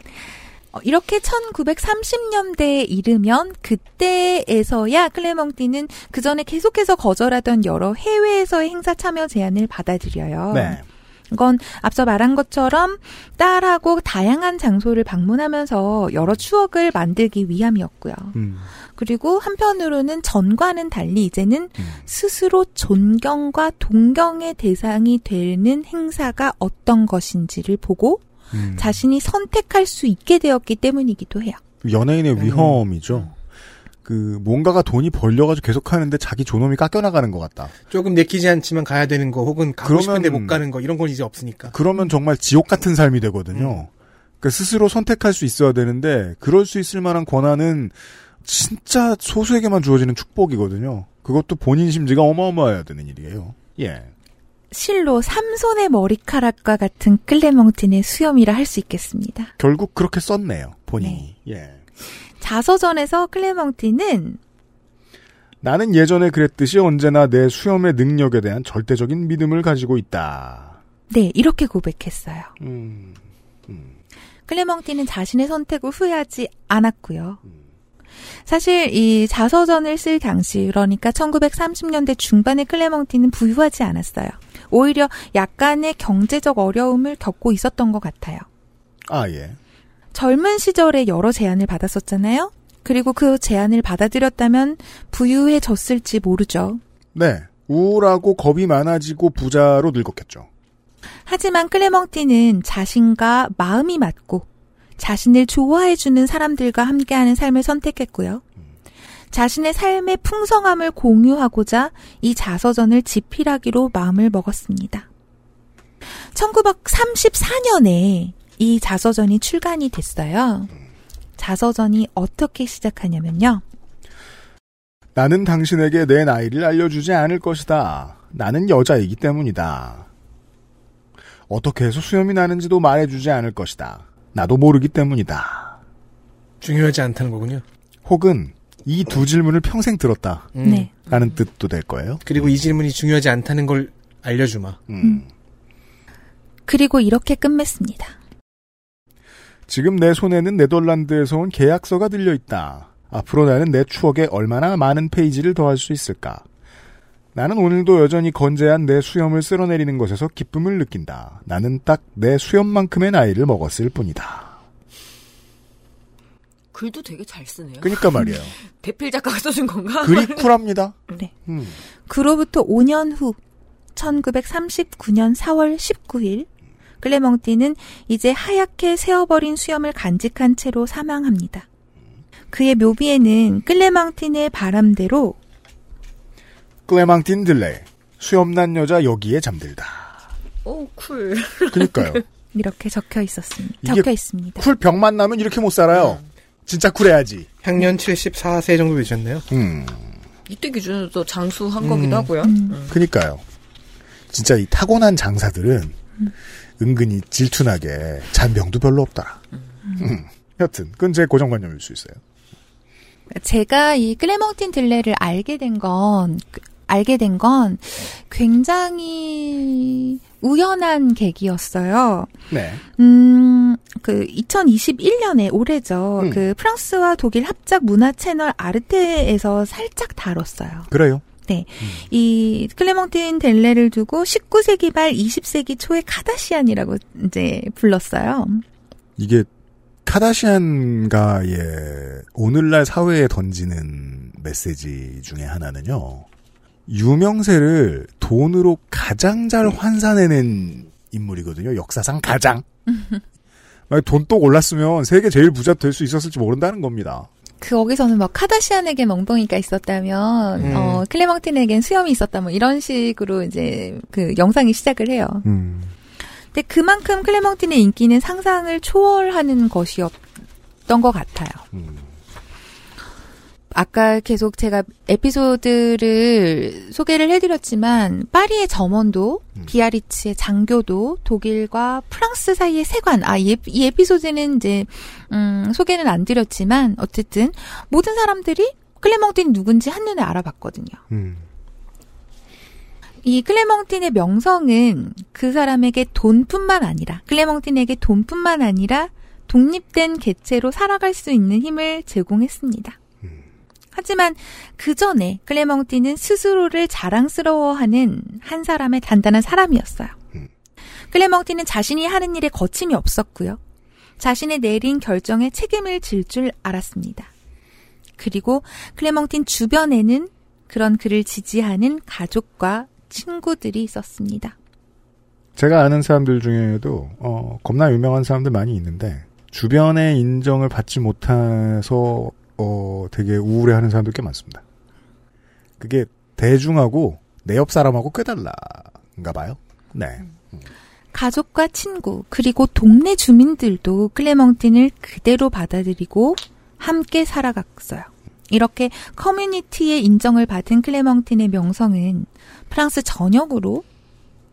어, 이렇게 1930년대에 이르면 그때에서야 클레멍띠는 그 전에 계속해서 거절하던 여러 해외에서의 행사 참여 제안을
어.
받아들여요.
네.
이건 앞서 말한 것처럼 딸하고 다양한 장소를 방문하면서 여러 추억을 만들기 위함이었고요.
음.
그리고 한편으로는 전과는 달리 이제는 스스로 존경과 동경의 대상이 되는 행사가 어떤 것인지를 보고
음.
자신이 선택할 수 있게 되었기 때문이기도 해요.
네.
연예인의 위험이죠. 그, 뭔가가 돈이 벌려가지고 계속 하는데 자기 존엄이 깎여나가는 것 같다.
조금 내키지 않지만 가야 되는 거, 혹은 가고
그러면-
싶은데 못 가는 거, 이런 건 이제 없으니까.
그러면 정말 지옥 같은 삶이 되거든요. 그러니까 스스로 선택할 수 있어야 되는데 그럴 수 있을 만한 권한은 진짜 소수에게만 주어지는 축복이거든요. 그것도 본인 심지가 어마어마해야 되는 일이에요. 예.
실로 삼손의 머리카락과 같은 클레멍틴의 수염이라 할 수 있겠습니다.
결국 그렇게 썼네요. 본인이. 예.
자서전에서 클레멍틴은
나는 예전에 그랬듯이 언제나 내 수염의 능력에 대한 절대적인 믿음을 가지고 있다.
네 이렇게 고백했어요.
음.
클레멍틴은 자신의 선택을 후회하지 않았고요. 사실 이 자서전을 쓸 당시 그러니까 1930년대 중반의 클레멍틴은 부유하지 않았어요. 오히려 약간의 경제적 어려움을 겪고 있었던 것 같아요.
아 예.
젊은 시절에 여러 제안을 받았었잖아요. 그리고 그 제안을 받아들였다면 부유해졌을지 모르죠.
네. 우울하고 겁이 많아지고 부자로 늙었겠죠.
하지만 클레멍티는 자신과 마음이 맞고 자신을 좋아해주는 사람들과 함께하는 삶을 선택했고요. 자신의 삶의 풍성함을 공유하고자 이 자서전을 집필하기로 마음을 먹었습니다. 1934년에 이 자서전이 출간이 됐어요. 자서전이 어떻게 시작하냐면요.
나는 당신에게 내 나이를 알려주지 않을 것이다. 나는 여자이기 때문이다. 어떻게 해서 수염이 나는지도 말해주지 않을 것이다. 나도 모르기 때문이다.
중요하지 않다는 거군요.
혹은 이 두 질문을 평생 들었다.
음. 네.
라는 뜻도 될 거예요. 음.
그리고 이 질문이 중요하지 않다는 걸 알려주마.
그리고 이렇게 끝맺습니다.
지금 내 손에는 네덜란드에서 온 계약서가 들려 있다. 앞으로 나는 내 추억에 얼마나 많은 페이지를 더할 수 있을까? 나는 오늘도 여전히 건재한 내 수염을 쓸어내리는 것에서 기쁨을 느낀다. 나는 딱 내 수염만큼의 나이를 먹었을 뿐이다.
글도 되게 잘 쓰네요.
그니까 말이에요.
대필 작가가 써준 건가?
글이 쿨합니다.
네. 그로부터 5년 후 1939년 4월 19일 클레멍띠는 이제 하얗게 새어버린 수염을 간직한 채로 사망합니다. 그의 묘비에는 클레망틴의 바람대로
클레망틴 들레. 수염난 여자 여기에 잠들다.
오, 쿨.
그니까요.
이렇게 적혀 있었습니다.
이게
적혀 있습니다.
쿨 병만 나면 이렇게 못 살아요. 진짜 쿨해야지.
향년 74세 정도 되셨네요.
음.
이때 기준으로 또 장수한
음.
거기도 하고요.
그니까요. 진짜 이 타고난 장사들은 은근히 질투나게 잔병도 별로 없더라. 음. 여튼 그건 제 고정관념일 수 있어요.
제가 이 클레멍틴 들레를 알게 된 건, 그- 알게 된 건 굉장히 우연한 계기였어요.
네.
음, 그 2021년에 올해죠.
음.
그 프랑스와 독일 합작 문화 채널 아르테에서 살짝 다뤘어요.
그래요.
네.
음.
이 클레몽틴 델레를 두고 19세기 말 20세기 초의 카다시안이라고 이제 불렀어요.
이게 카다시안가의 오늘날 사회에 던지는 메시지 중에 하나는요. 유명세를 돈으로 가장 잘 환산해낸 인물이거든요. 역사상 가장. 만약 돈똑 올랐으면 세계 제일 부자 될 수 있었을지 모른다는 겁니다.
그 거기서는 막 카다시안에게 멍덩이가 있었다면
음.
어 클레망틴에겐 수염이 있었다 뭐 이런 식으로 이제 그 영상이 시작을 해요. 근데 그만큼 클레망틴의 인기는 상상을 초월하는 것이었던 것 같아요.
음.
아까 계속 제가 에피소드를 소개를 해드렸지만 파리의 점원도 비아리츠의 장교도 독일과 프랑스 사이의 세관 아이 에피- 이 에피소드는 이제 음, 소개는 안 드렸지만 어쨌든 모든 사람들이 클레멍틴이 누군지 한눈에 알아봤거든요. 이 클레멍틴의 명성은 그 사람에게 돈뿐만 아니라 클레멍틴에게 돈뿐만 아니라 독립된 개체로 살아갈 수 있는 힘을 제공했습니다. 하지만 그 전에 클레멍틴은 스스로를 자랑스러워하는 한 사람의 단단한 사람이었어요. 클레멍틴은 자신이 하는 일에 거침이 없었고요. 자신의 내린 결정에 책임을 질 줄 알았습니다. 그리고 클레멍틴 주변에는 그런 그를 지지하는 가족과 친구들이 있었습니다.
제가 아는 사람들 중에도 어, 겁나 유명한 사람들 많이 있는데 주변의 인정을 받지 못해서 어, 되게 우울해하는 사람들 꽤 많습니다. 그게 대중하고 내 옆 사람하고 꽤 달라인가 봐요. 네.
가족과 친구, 그리고 동네 주민들도 클레멍틴을 그대로 받아들이고 함께 살아갔어요. 이렇게 커뮤니티의 인정을 받은 클레멍틴의 명성은 프랑스 전역으로,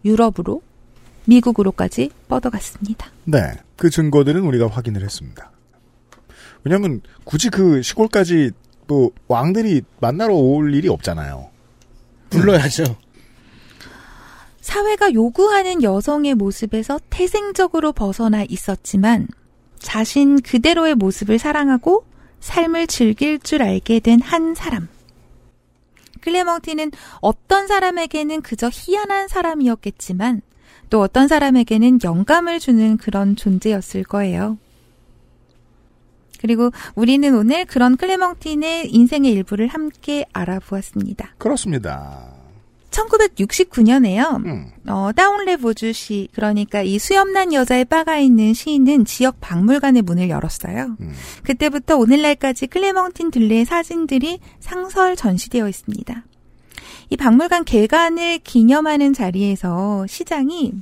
유럽으로, 미국으로까지 뻗어갔습니다.
네. 그 증거들은 우리가 확인을 했습니다. 왜냐면 하 굳이 그 시골까지 뭐 왕들이 만나러 올 일이 없잖아요.
불러야죠.
사회가 요구하는 여성의 모습에서 태생적으로 벗어나 있었지만 자신 그대로의 모습을 사랑하고 삶을 즐길 줄 알게 된 한 사람. 클레멍티는 어떤 사람에게는 그저 희한한 사람이었겠지만 또 어떤 사람에게는 영감을 주는 그런 존재였을 거예요. 그리고 우리는 오늘 그런 클레멍틴의 인생의 일부를 함께 알아보았습니다.
그렇습니다. 음.
1969년에요. 어, 다운레보주 시, 그러니까 이 수염난 여자의 빠가 있는 시인은 지역 박물관의 문을 열었어요. 그때부터 오늘날까지 클레멍틴 들레의 사진들이 상설 전시되어 있습니다. 이 박물관 개관을 기념하는 자리에서 시장이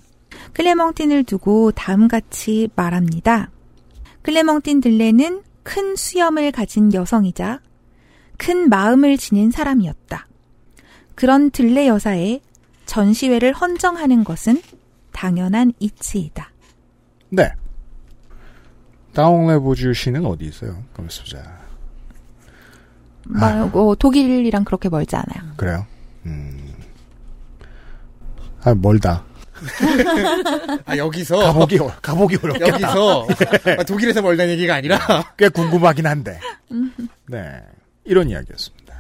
클레멍틴을 두고 다음같이 말합니다. 클레멍틴 들레는 큰 수염을 가진 여성이자 큰 마음을 지닌 사람이었다. 그런 들레 여사의 전시회를 헌정하는 것은 당연한 이치이다.
네. 다운레보주 시는 어디 있어요? 가만 보자. 아.
말고 뭐, 어, 독일이랑 그렇게 멀지 않아요.
그래요? 음. 아, 멀다.
아 여기서
가보기 어- 가보기 어렵다.
여기서 아, 독일에서 멀다는 얘기가 아니라
꽤 궁금하긴 한데. 네. 이런 이야기였습니다.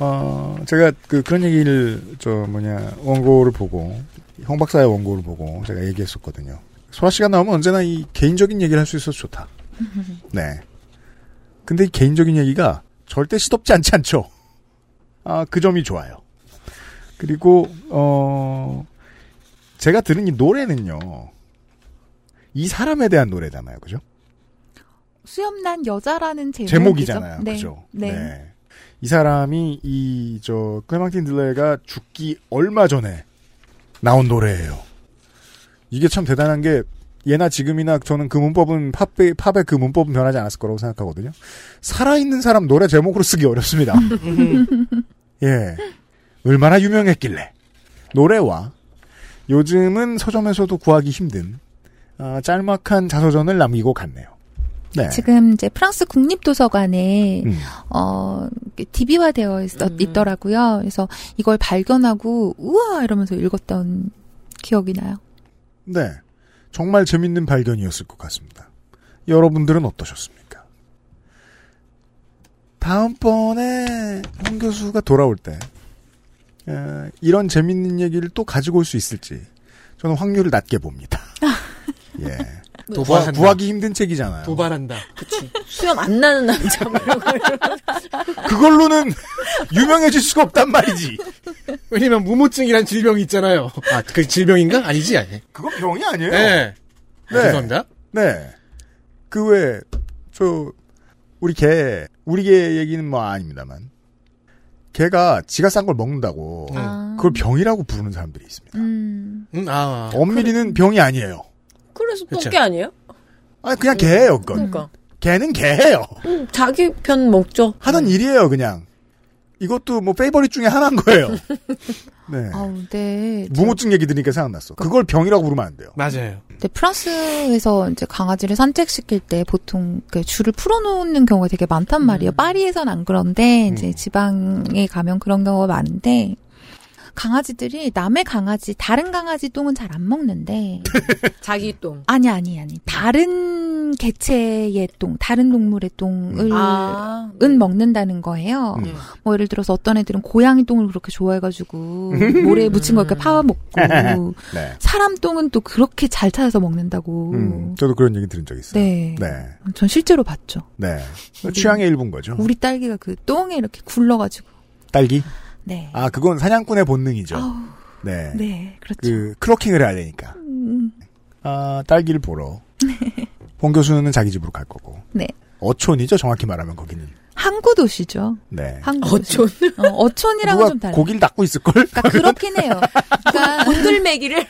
어, 제가 그, 그런 얘기를, 저, 뭐냐, 원고를 보고, 홍 박사의 원고를 보고 제가 얘기했었거든요. 소라 씨가 나오면 언제나 이 개인적인 얘기를 할 수 있어서 좋다. 네. 근데 이 개인적인 얘기가 절대 시덥지 않지 않죠? 아, 그 점이 좋아요. 그리고, 어, 제가 들은 이 노래는요, 이 사람에 대한 노래잖아요. 그죠?
수염난 여자라는 제목이죠.
예, 제목이잖아요.
네.
그죠?
네.
이 사람이 이, 저, 클레망틴 들레가 죽기 얼마 전에 나온 노래예요. 이게 참 대단한 게, 예나 지금이나 저는 그 문법은, 팝의, 팝의 그 문법은 변하지 않았을 거라고 생각하거든요. 살아있는 사람 노래 제목으로 쓰기 어렵습니다. 예. 얼마나 유명했길래. 노래와 요즘은 서점에서도 구하기 힘든 아, 짤막한 자서전을 남기고 갔네요. 네.
지금 이제 프랑스 국립도서관에
음.
어 DB화 되어 있, 더라고요 그래서 이걸 발견하고 우와 이러면서 읽었던 기억이 나요.
네. 정말 재밌는 발견이었을 것 같습니다. 여러분들은 어떠셨습니까? 다음번에 홍 교수가 돌아올 때, 에, 이런 재밌는 얘기를 또 가지고 올 수 있을지, 저는 확률을 낮게 봅니다. 예.
도발한다.
구하, 기 힘든 책이잖아요.
도발한다.
수염 안 나는 남자
그걸로는 유명해질 수가 없단 말이지.
왜냐면 무모증이란 질병이 있잖아요. 아 그 질병인가? 아니지 아니.
그건 병이 아니에요.
네.
네.
죄송합니다.
네. 그 외에, 저, 우리 개, 우리 개 얘기는 뭐 아닙니다만. 개가 지가 싼 걸 먹는다고,
아.
어. 그걸 병이라고 부르는 사람들이 있습니다.
음.
음, 아.
엄밀히는 병이 아니에요.
그래서
그쵸.
똥개 아니에요?
아, 그냥 개예요, 그건.
그러니까.
개는 개예요.
음, 자기 편 먹죠.
하는 일이에요, 그냥. 이것도 뭐 페이버릿 중에 하나인 거예요. 네.
아우, 네.
무모증 얘기 들으니까 생각났어. 그걸 병이라고 부르면 안 돼요.
맞아요.
근데 프랑스에서 이제 강아지를 산책시킬 때 보통 그 줄을 풀어놓는 경우가 되게 많단 말이에요. 파리에선 안 그런데 이제 지방에 가면 그런 경우가 많은데 강아지들이 남의 강아지 다른 강아지 똥은 잘 안 먹는데
자기 똥.
아니 아니 아니 다른 개체의 똥 다른 동물의 똥을
아. 음. 네.
은 먹는다는 거예요. 뭐 예를 들어서 어떤 애들은 고양이 똥을 그렇게 좋아해가지고 모래에 묻힌 거 이렇게 파와 먹고
네.
사람 똥은 또 그렇게 잘 찾아서 먹는다고.
음, 저도 그런 얘기 들은 적 있어요.
네.
네.
전 실제로 봤죠.
네. 취향의 일부인 거죠.
우리 딸기가 그 똥에 이렇게 굴러가지고.
딸기?
네.
아, 그건 사냥꾼의 본능이죠.
아우,
네.
네, 그렇죠.
그, 크로킹을 해야 되니까.
음,
아, 딸기를 보러. 봉 교수는 자기 집으로 갈 거고.
네.
어촌이죠, 정확히 말하면 거기는.
항구 도시죠.
네.
항구 어촌. 어, 어촌이랑은
누가
좀 다른.
고기를 닦고 있을걸?
그렇긴 해요. 그러니까 곤돌매기를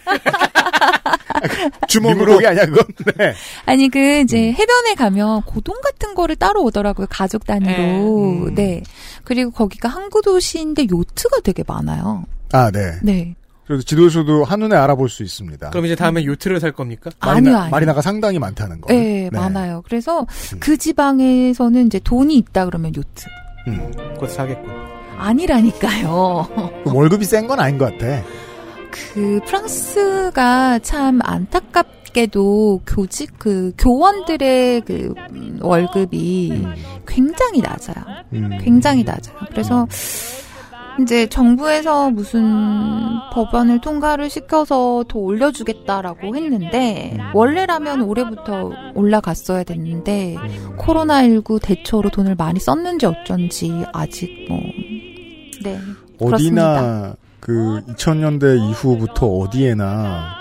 주먹으로. 고기 아니야, 그건? 네.
아니 그 이제
음.
해변에 가면 고동 같은 거를 따로 오더라고요 가족 단위로
음.
네 그리고 거기가 항구 도시인데 요트가 되게 많아요
아, 네.
네
그래서 지도에서도 한눈에 알아볼 수 있습니다.
그럼 이제 다음에 요트를 살 겁니까?
아니요, 아니요.
마리나가 음. 상당히 많다는 거.
네, 많아요 그래서 그 지방에서는 이제 돈이 있다 그러면 요트
음.
곧 사겠고.
아니라니까요
그 월급이 센 건 아닌 것 같아.
그 프랑스가 참 안타깝게도 교직 그 교원들의 그 음, 월급이 굉장히 낮아요.
음,
굉장히 낮아요. 그래서 이제 정부에서 무슨 법안을 통과를 시켜서 더 올려주겠다라고 했는데 원래라면 올해부터 올라갔어야 됐는데 코로나19 대처로 돈을 많이 썼는지 어쩐지 아직 뭐 네. 그렇습니다.
어디나 그 2000년대 이후부터 어디에나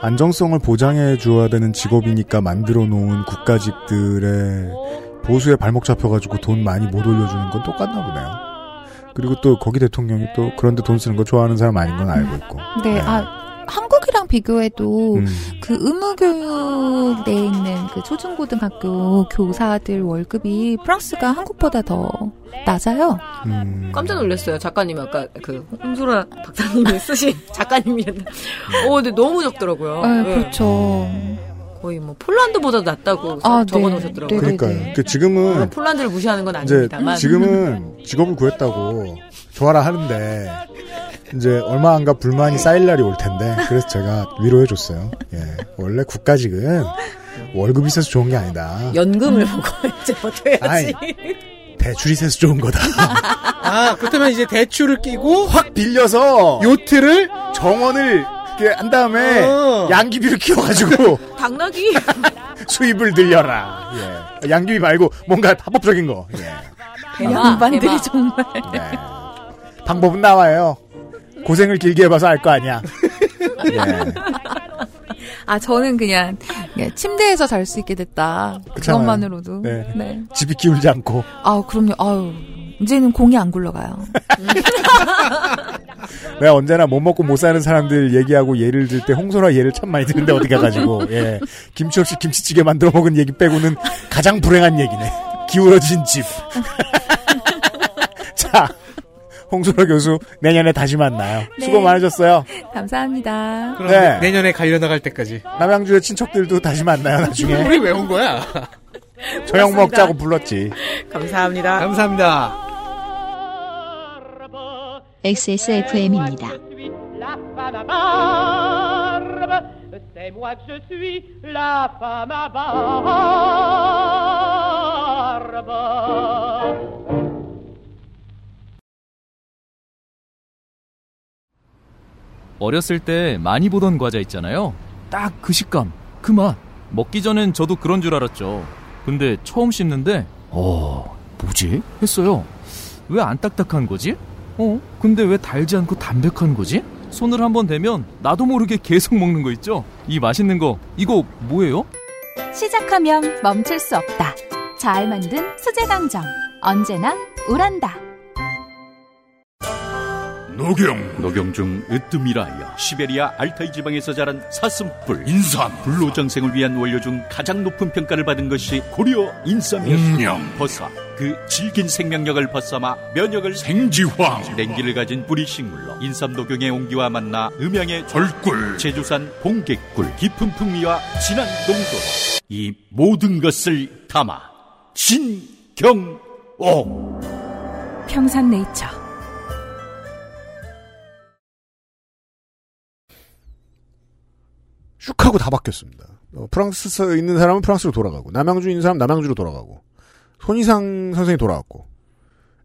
안정성을 보장해 줘야 되는 직업이니까 만들어 놓은 국가직들의 보수에 발목 잡혀가지고 돈 많이 못 올려주는 건 똑같나 보네요. 그리고 또 거기 대통령이 또 그런데 돈 쓰는 거 좋아하는 사람 아닌 건 알고 있고.
네, 아, 한국이랑 비교해도
음.
그 의무교육 내에 있는 그 초중고등학교 교사들 월급이 프랑스가 한국보다 더 낮아요.
음.
깜짝 놀랐어요. 작가님 아까 그 홍소라 박사님이 쓰신 작가님이었나? 어, 근데 너무 적더라고요.
네,
예.
그렇죠.
거의 뭐 폴란드보다 낫다고
아,
적어놓으셨더라고요.
네.
그러니까요. 그 지금은
물론 폴란드를 무시하는 건
이제
아닙니다만
지금은 직업을 구했다고 좋아라 하는데 이제 얼마 안가 불만이 쌓일 날이 올 텐데 그래서 제가 위로해 줬어요. 예. 원래 국가직은 월급이 있어서 좋은 게 아니다.
연금을 보고 이제 버텨야지.
대출이 세서 좋은 거다.
아, 그렇다면 이제 대출을 끼고
확 빌려서
요트를
정원을 이렇게 한 다음에 양귀비를 키워가지고
당나귀.
어. 수입을 늘려라. 예. 양귀비 말고 뭔가 합법적인 거. 예.
그 양반들이 정말.
방법은 나와요. 고생을 길게 해봐서 알 거 아니야. 예.
아, 저는 그냥 그냥 침대에서 잘 수 있게 됐다.
그렇잖아요.
그것만으로도.
네.
네.
집이 기울지 않고
아, 그럼요. 아유. 이제는 공이 안 굴러가요.
내가 언제나 못 먹고 못 사는 사람들 얘기하고 예를 들 때 홍소라 예를 참 많이 드는데 어디 가가지고 예. 김치 없이 김치찌개 만들어 먹은 얘기 빼고는 가장 불행한 얘기네. 기울어진 집. 자, 홍소라 교수 내년에 다시 만나요.
네.
수고 많으셨어요.
감사합니다.
그럼 내년에 갈려 나갈 때까지.
남양주의 친척들도 다시 만나요 나중에.
우리 왜 온 거야?
저녁 먹자고 불렀지.
감사합니다.
감사합니다.
XSFM입니다.
barbe. C'est moi que je suis la femme à barbe.
어렸을 때 많이 보던 과자 있잖아요. 딱 그 식감, 그 맛. 먹기 전엔 저도 그런 줄 알았죠. 근데 처음 씹는데, 어, 뭐지? 했어요. 왜 안 딱딱한 거지? 어, 근데 왜 달지 않고 담백한 거지? 손을 한번 대면 나도 모르게 계속 먹는 거 있죠? 이 맛있는 거, 이거 뭐예요?
시작하면 멈출 수 없다. 잘 만든 수제 강정. 언제나 우란다.
노경 노경중 으뜸이라야 시베리아 알타이 지방에서 자란 사슴뿔 인삼 불로장생을 위한 원료 중 가장 높은 평가를 받은 것이 고려 인삼이었습니다 버섯 그 질긴 생명력을 벗삼아 면역을 생지황 냉기를 가진 뿌리 식물로 인삼 녹용의 온기와 만나 음양의 절꿀 제주산 봉개꿀 깊은 풍미와 진한 농도로 이 모든 것을 담아 진경옥
평산네이처.
슉 하고 다 바뀌었습니다. 어, 프랑스에 있는 사람은 프랑스로 돌아가고 남양주 있는 사람 남양주로 돌아가고 손희상 선생이 돌아왔고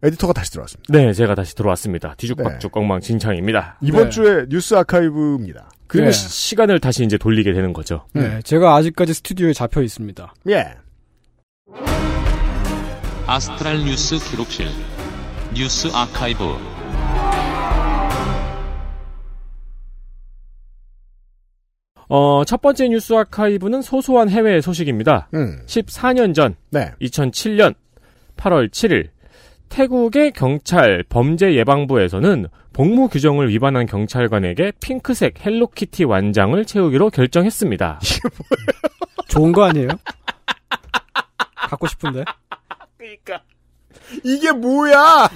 에디터가 다시 들어왔습니다.
네, 제가 다시 들어왔습니다. 뒤죽박죽 엉망진창입니다.
이번
네.
주에 뉴스 아카이브입니다.
그리고
네.
시- 시간을 다시 이제 돌리게 되는 거죠.
네, 제가 아직까지 스튜디오에 잡혀 있습니다.
예.
아스트랄 뉴스 기록실 뉴스 아카이브
어, 첫 번째 뉴스 아카이브는 소소한 해외 소식입니다.
음.
14년 전,
네.
2007년 8월 7일, 태국의 경찰 범죄 예방부에서는 복무 규정을 위반한 경찰관에게 핑크색 헬로키티 완장을 채우기로 결정했습니다.
좋은 거 아니에요? 갖고 싶은데.
이게 뭐야?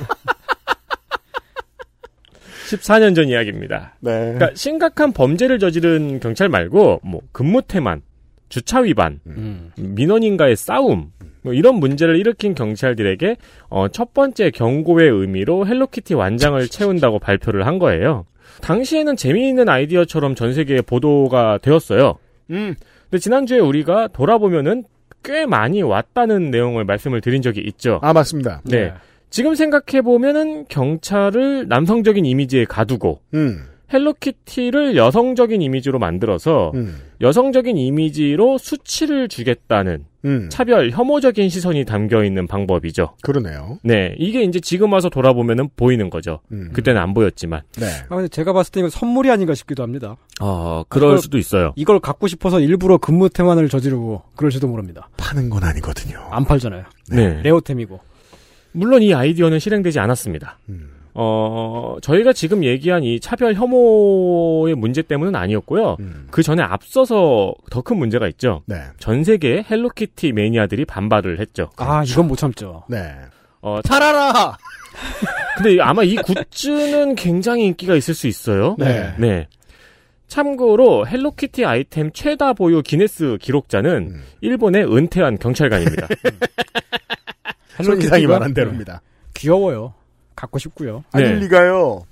14년 전 이야기입니다.
네.
네.
그러니까 심각한 범죄를 저지른 경찰 말고 뭐 근무 태만, 주차 위반,
음.
민원인과의 싸움 뭐 이런 문제를 일으킨 경찰들에게 어, 첫 번째 경고의 의미로 헬로키티 완장을 채운다고 발표를 한 거예요. 당시에는 재미있는 아이디어처럼 전 세계에 보도가 되었어요.
음.
근데 지난주에 우리가 돌아보면은 꽤 많이 왔다는 내용을 말씀을 드린 적이 있죠.
아 맞습니다.
네. 지금 생각해 보면은 경찰을 남성적인 이미지에 가두고
음.
헬로키티를 여성적인 이미지로 만들어서
음.
여성적인 이미지로 수치를 주겠다는
음.
차별 혐오적인 시선이 담겨 있는 방법이죠.
그러네요.
네, 이게 이제 지금 와서 돌아보면은 보이는 거죠.
음.
그때는 안 보였지만.
네.
아, 근데 제가 봤을 때 이건 선물이 아닌가 싶기도 합니다.
어, 그럴
이걸-
수도 있어요.
이걸 갖고 싶어서 일부러 근무 태만을 저지르고 그럴지도 모릅니다.
파는 건 아니거든요.
안 팔잖아요.
네.
레오템이고.
물론 이 아이디어는 실행되지 않았습니다.
음.
어, 저희가 지금 얘기한 이 차별 혐오의 문제 때문은 아니었고요.
음.
그 전에 앞서서 더 큰 문제가 있죠.
네.
전 세계의 헬로키티 매니아들이 반발을 했죠.
아,
그렇죠.
이건 못 참죠.
네.
어,
팔아라!
네.
근데 아마 이 굿즈는 굉장히 인기가 있을 수 있어요.
네.
참고로 헬로키티 아이템 최다 보유 기네스 기록자는
음.
일본의 은퇴한 경찰관입니다.
손기상이 말한 대로입니다.
네. 귀여워요. 갖고 싶고요. 음.
아닐 리가요.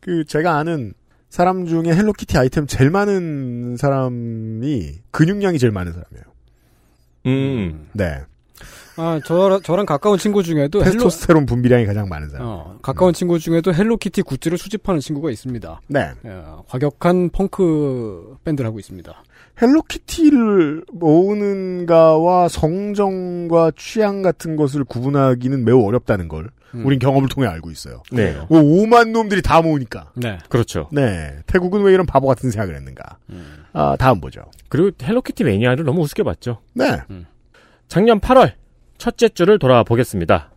그 제가 아는 사람 중에 헬로키티 아이템 제일 많은 사람이 근육량이 제일 많은 사람이에요.
음.
네.
아, 저, 저랑 가까운 친구 중에도 헬로,
테스토스테론 분비량이 가장 많은 사람.
어, 가까운 친구 중에도 헬로키티 굿즈를 수집하는 친구가 있습니다.
네.
어, 과격한 펑크 밴드를 하고 있습니다.
헬로키티를 모으는가와 성정과 취향 같은 것을 구분하기는 매우 어렵다는 걸
음.
우린 경험을 통해 알고 있어요.
네.
뭐 오만 놈들이 다 모으니까.
네.
그렇죠.
네. 태국은 왜 이런 바보 같은 생각을 했는가. 아, 다음 보죠.
그리고 헬로키티 매니아를 너무 우습게 봤죠.
네.
작년 8월 첫째 주를 돌아와 보겠습니다.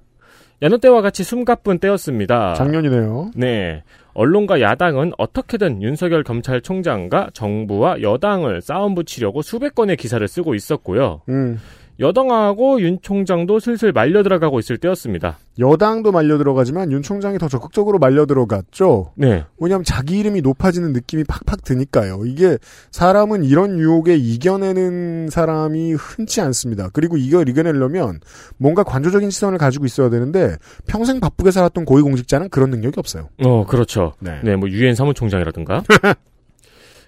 여느 때와 같이 숨가쁜 때였습니다.
작년이네요.
네. 언론과 야당은 어떻게든 윤석열 검찰총장과 정부와 여당을 싸움 붙이려고 수백 건의 기사를 쓰고 있었고요.
음.
여당하고 윤 총장도 슬슬 말려 들어가고 있을 때였습니다.
여당도 말려 들어가지만 윤 총장이 더 적극적으로 말려 들어갔죠.
네.
왜냐하면 자기 이름이 높아지는 느낌이 팍팍 드니까요. 이게 사람은 이런 유혹에 이겨내는 사람이 흔치 않습니다. 그리고 이걸 이겨내려면 뭔가 관조적인 시선을 가지고 있어야 되는데 평생 바쁘게 살았던 고위공직자는 그런 능력이 없어요.
어, 그렇죠.
네.
뭐 유엔 사무총장이라든가.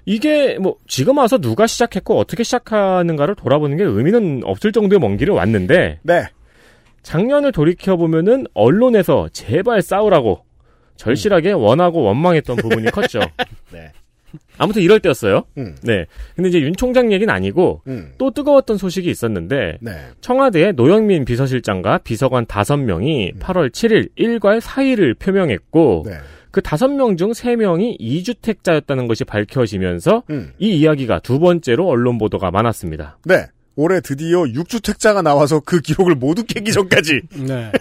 이게 뭐 지금 와서 누가 시작했고 어떻게 시작하는가를 돌아보는 게 의미는 없을 정도의 먼 길을 왔는데
네.
작년을 돌이켜 보면은 언론에서 제발 싸우라고 절실하게 원하고 원망했던 부분이 컸죠.
음. 네.
아무튼 이럴 때였어요.
음.
네. 근데 이제 윤 총장 얘기는 아니고
음.
또 뜨거웠던 소식이 있었는데
네.
청와대의 노영민 비서실장과 비서관 5명이 8월 7일 일괄 사의를 표명했고
음. 네.
그 5명 중 3명이 2주택자였다는 것이 밝혀지면서
음.
이 이야기가 두 번째로 언론 보도가 많았습니다.
네. 올해 드디어 6주택자가 나와서 그 기록을 모두 깨기 전까지.
네.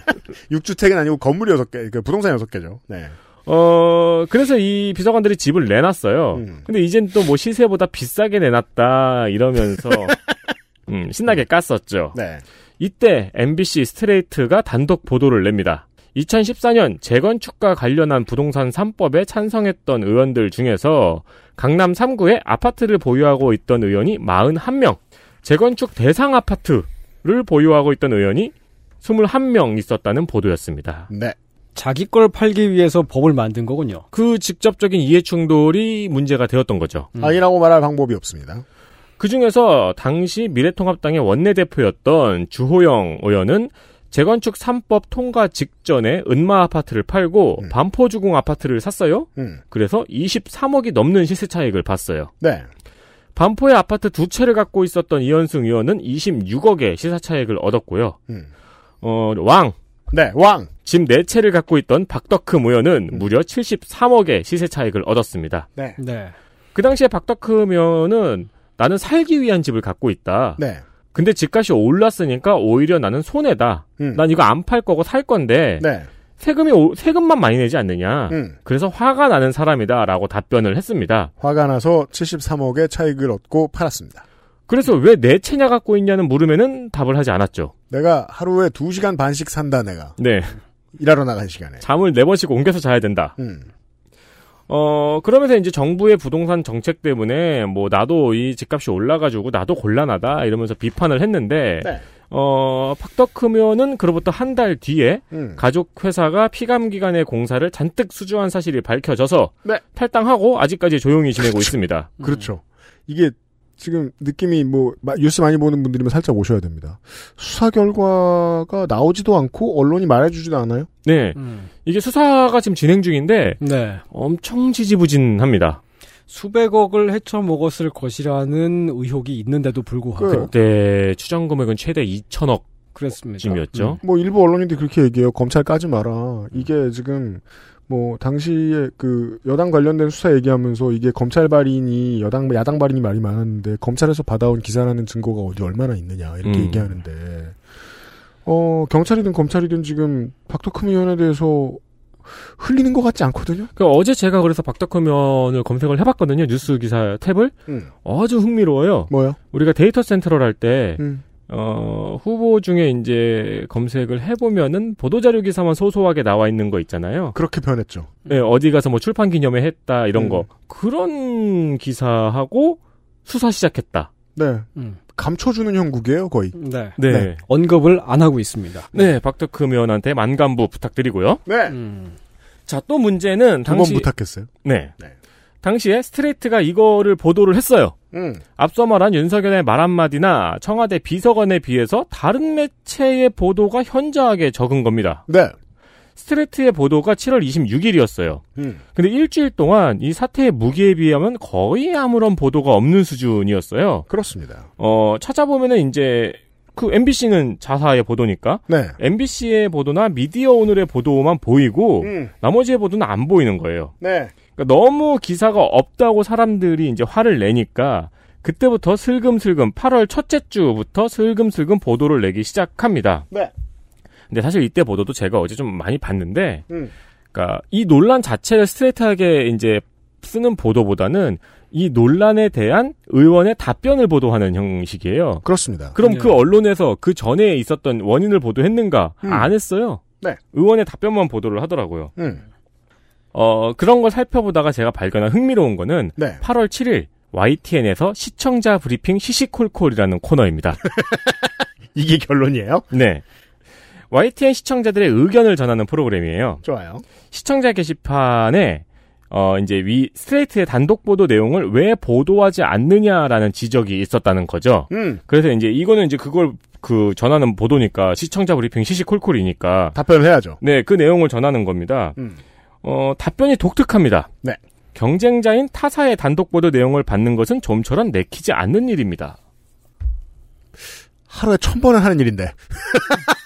6주택은 아니고 건물이 6개, 그 부동산 6개죠. 네.
어, 그래서 이 비서관들이 집을 내놨어요. 근데 이젠 또 뭐 시세보다 비싸게 내놨다, 이러면서, 음, 신나게 깠었죠.
네.
이때 MBC 스트레이트가 단독 보도를 냅니다. 2014년 재건축과 관련한 부동산 3법에 찬성했던 의원들 중에서 강남 3구에 아파트를 보유하고 있던 의원이 41명, 재건축 대상 아파트를 보유하고 있던 의원이 21명 있었다는 보도였습니다.
네.
자기 걸 팔기 위해서 법을 만든 거군요.
그 직접적인 이해 충돌이 문제가 되었던 거죠.
아니라고 말할 방법이 없습니다.
그 중에서 당시 미래통합당의 원내대표였던 주호영 의원은 재건축 3법 통과 직전에 은마 아파트를 팔고 반포주공 아파트를 샀어요.
음.
그래서 23억이 넘는 시세 차익을 봤어요.
네.
반포의 아파트 두 채를 갖고 있었던 이현승 의원은 26억의 시사 차익을 얻었고요.
음.
어, 왕.
네, 왕.
집 네채를 갖고 있던 박덕흠 의원은 무려 73억의 시세 차익을 얻었습니다.
네.
네.
그 당시에 박덕흠 의원은 나는 살기 위한 집을 갖고 있다.
네.
근데 집값이 올랐으니까 오히려 나는 손해다.
음.
난 이거 안 팔 거고 살 건데
네.
세금이 오- 세금만 많이 내지 않느냐.
음.
그래서 화가 나는 사람이다라고 답변을 했습니다.
화가 나서 73억의 차익을 얻고 팔았습니다.
그래서 왜 내 채냐 갖고 있냐는 물음에는 답을 하지 않았죠.
내가 하루에 2시간 반씩 산다, 내가.
네.
일하러 나간 시간에.
잠을 네 번씩 옮겨서 자야 된다.
음.
어, 그러면서 이제 정부의 부동산 정책 때문에 뭐 나도 이 집값이 올라가지고 나도 곤란하다 이러면서 비판을 했는데
네.
어, 팍덕흠 의원은 그로부터 한 달 뒤에
음.
가족 회사가 피감 기관의 공사를 잔뜩 수주한 사실이 밝혀져서
네.
탈당하고 아직까지 조용히 지내고 있습니다.
그렇죠. 이게 지금 느낌이 뭐 마- 뉴스 많이 보는 분들이면 살짝 오셔야 됩니다. 수사 결과가 나오지도 않고 언론이 말해주지도 않아요.
네. 이게 수사가 지금 진행 중인데
음. 네.
엄청 지지부진합니다.
수백억을 헤쳐먹었을 것이라는 의혹이 있는데도 불구하고.
그때 네. 추정 금액은 최대 2천억
그랬습니다.
쯤이었죠.
뭐 일부 언론인들이 그렇게 얘기해요. 검찰 까지 마라. 이게 지금 뭐 당시에 그 여당 관련된 수사 얘기하면서 이게 검찰 발인이 여당 야당 발인이 말이 많았는데 검찰에서 받아온 기사라는 증거가 어디 얼마나 있느냐 이렇게
음.
얘기하는데 어 경찰이든 검찰이든 지금 박덕흠 의원에 대해서 흘리는 것 같지 않거든요.
그 어제 제가 그래서 박덕흠 의원을 검색을 해봤거든요. 뉴스 기사 탭을.
음.
아주 흥미로워요.
뭐요?
우리가 데이터 센터럴 할 때
음.
어, 후보 중에 이제 검색을 해보면은 보도자료 기사만 소소하게 나와 있는 거 있잖아요.
그렇게 변했죠.
네, 어디 가서 뭐 출판 기념회 했다,
음.
이런 거. 그런 기사하고 수사 시작했다.
네. 감춰주는 형국이에요, 거의.
네.
네.
언급을 안 하고 있습니다.
네, 박덕흠 의원한테 만감부 부탁드리고요.
네.
음.
자, 또 문제는
두 번
당시
부탁했어요.
네. 당시에 스트레이트가 이거를 보도를 했어요.
음.
앞서 말한 윤석열의 말 한마디나 청와대 비서관에 비해서 다른 매체의 보도가 현저하게 적은 겁니다.
네.
스트레이트의 보도가 7월 26일이었어요.
음.
근데 일주일 동안 이 사태의 무기에 비하면 거의 아무런 보도가 없는 수준이었어요.
그렇습니다.
어, 찾아보면은 이제 그 MBC는 자사의 보도니까
네.
MBC의 보도나 미디어 오늘의 보도만 보이고
음.
나머지의 보도는 안 보이는 거예요.
네.
그러니까 너무 기사가 없다고 사람들이 이제 화를 내니까 그때부터 슬금슬금 8월 첫째 주부터 슬금슬금 보도를 내기 시작합니다.
네.
근데 사실 이때 보도도 제가 어제 좀 많이 봤는데
음.
그러니까 이 논란 자체를 스트레이트하게 이제 쓰는 보도보다는 이 논란에 대한 의원의 답변을 보도하는 형식이에요.
그렇습니다.
그럼 그 언론에서 그 전에 있었던 원인을 보도했는가
음.
안 했어요.
네.
의원의 답변만 보도를 하더라고요.
음.
어, 그런 걸 살펴보다가 제가 발견한 흥미로운 거는
네.
8월 7일 YTN에서 시청자 브리핑 시시콜콜이라는 코너입니다.
이게 결론이에요?
네. YTN 시청자들의 의견을 전하는 프로그램이에요.
좋아요.
시청자 게시판에 어, 이제 위 스트레이트의 단독 보도 내용을 왜 보도하지 않느냐라는 지적이 있었다는 거죠.
음.
그래서 이제 이거는 이제 그걸 그 전하는 보도니까 시청자 브리핑 시시콜콜이니까
답변을 해야죠.
네, 그 내용을 전하는 겁니다.
음.
어, 답변이 독특합니다.
네.
경쟁자인 타사의 단독 보도 내용을 받는 것은 좀처럼 내키지 않는 일입니다.
하루에 천 번을 하는 일인데.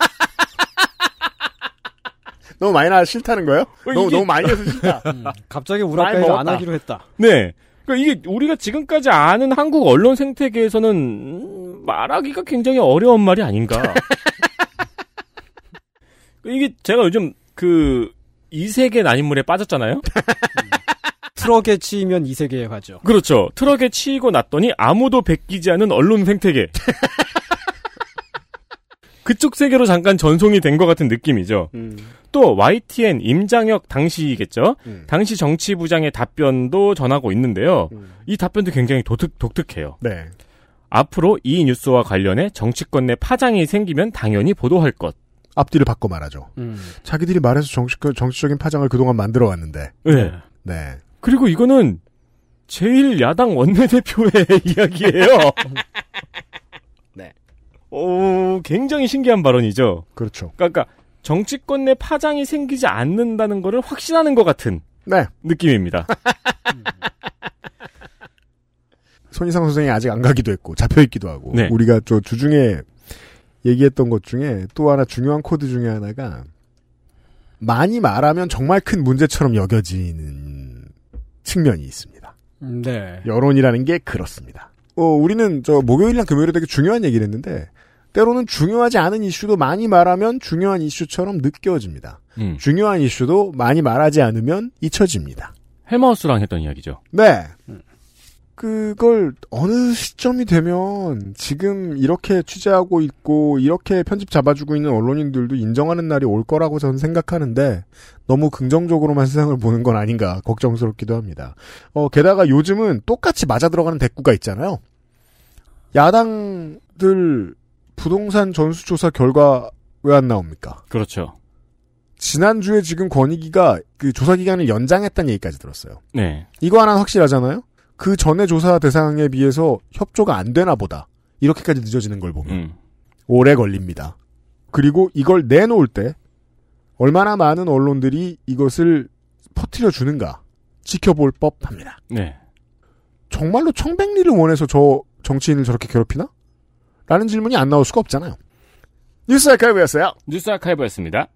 너무 많이 나 싫다는 거예요? 너무, 너무 어, 많이 해서 싫다.
갑자기
많이
우라카이를
먹었다.
안 하기로 했다.
네. 그러니까 이게 우리가 지금까지 아는 한국 언론 생태계에서는 음, 말하기가 굉장히 어려운 말이 아닌가. 이게 제가 요즘 그 이세계 난인물에 빠졌잖아요.
트럭에 치이면 이 세계에 가죠.
그렇죠. 트럭에 치이고 났더니 아무도 베끼지 않은 언론 생태계. 그쪽 세계로 잠깐 전송이 된 것 같은 느낌이죠.
음.
또 YTN 임장혁 당시겠죠. 당시 정치부장의 답변도 전하고 있는데요. 이 답변도 굉장히 독특, 독특해요.
네.
앞으로 이 뉴스와 관련해 정치권 내 파장이 생기면 당연히 보도할 것.
앞뒤를 바꿔 말하죠.
음.
자기들이 말해서 정치, 정치적인 파장을 그동안 만들어 왔는데.
네.
네.
그리고 이거는 제일 야당 원내대표의 이야기예요.
네.
오, 굉장히 신기한 발언이죠.
그렇죠.
그러니까 정치권 내 파장이 생기지 않는다는 거를 확신하는 것 같은
네.
느낌입니다.
손희상 선생이 아직 안 가기도 했고 잡혀 있기도 하고
네.
우리가 저 주중에 얘기했던 것 중에 또 하나 중요한 코드 중에 하나가 많이 말하면 정말 큰 문제처럼 여겨지는 측면이 있습니다.
네.
여론이라는 게 그렇습니다. 어, 우리는 저 목요일이랑 금요일에 되게 중요한 얘기를 했는데 때로는 중요하지 않은 이슈도 많이 말하면 중요한 이슈처럼 느껴집니다.
음.
중요한 이슈도 많이 말하지 않으면 잊혀집니다.
헬마우스랑 했던 이야기죠.
네. 그걸 어느 시점이 되면 지금 이렇게 취재하고 있고 이렇게 편집 잡아주고 있는 언론인들도 인정하는 날이 올 거라고 저는 생각하는데 너무 긍정적으로만 세상을 보는 건 아닌가 걱정스럽기도 합니다. 어, 게다가 요즘은 똑같이 맞아 들어가는 대꾸가 있잖아요. 야당들 부동산 전수조사 결과 왜 안 나옵니까?
그렇죠.
지난주에 지금 권익위가 그 조사 기간을 연장했다는 얘기까지 들었어요.
네.
이거 하나는 확실하잖아요. 그 전에 조사 대상에 비해서 협조가 안 되나 보다. 이렇게까지 늦어지는 걸
음.
보면 오래 걸립니다. 그리고 이걸 내놓을 때 얼마나 많은 언론들이 이것을 퍼뜨려 주는가 지켜볼 법합니다.
네.
정말로 청백리를 원해서 저 정치인을 저렇게 괴롭히나? 라는 질문이 안 나올 수가 없잖아요. 뉴스 아카이브였어요.
뉴스 아카이브였습니다.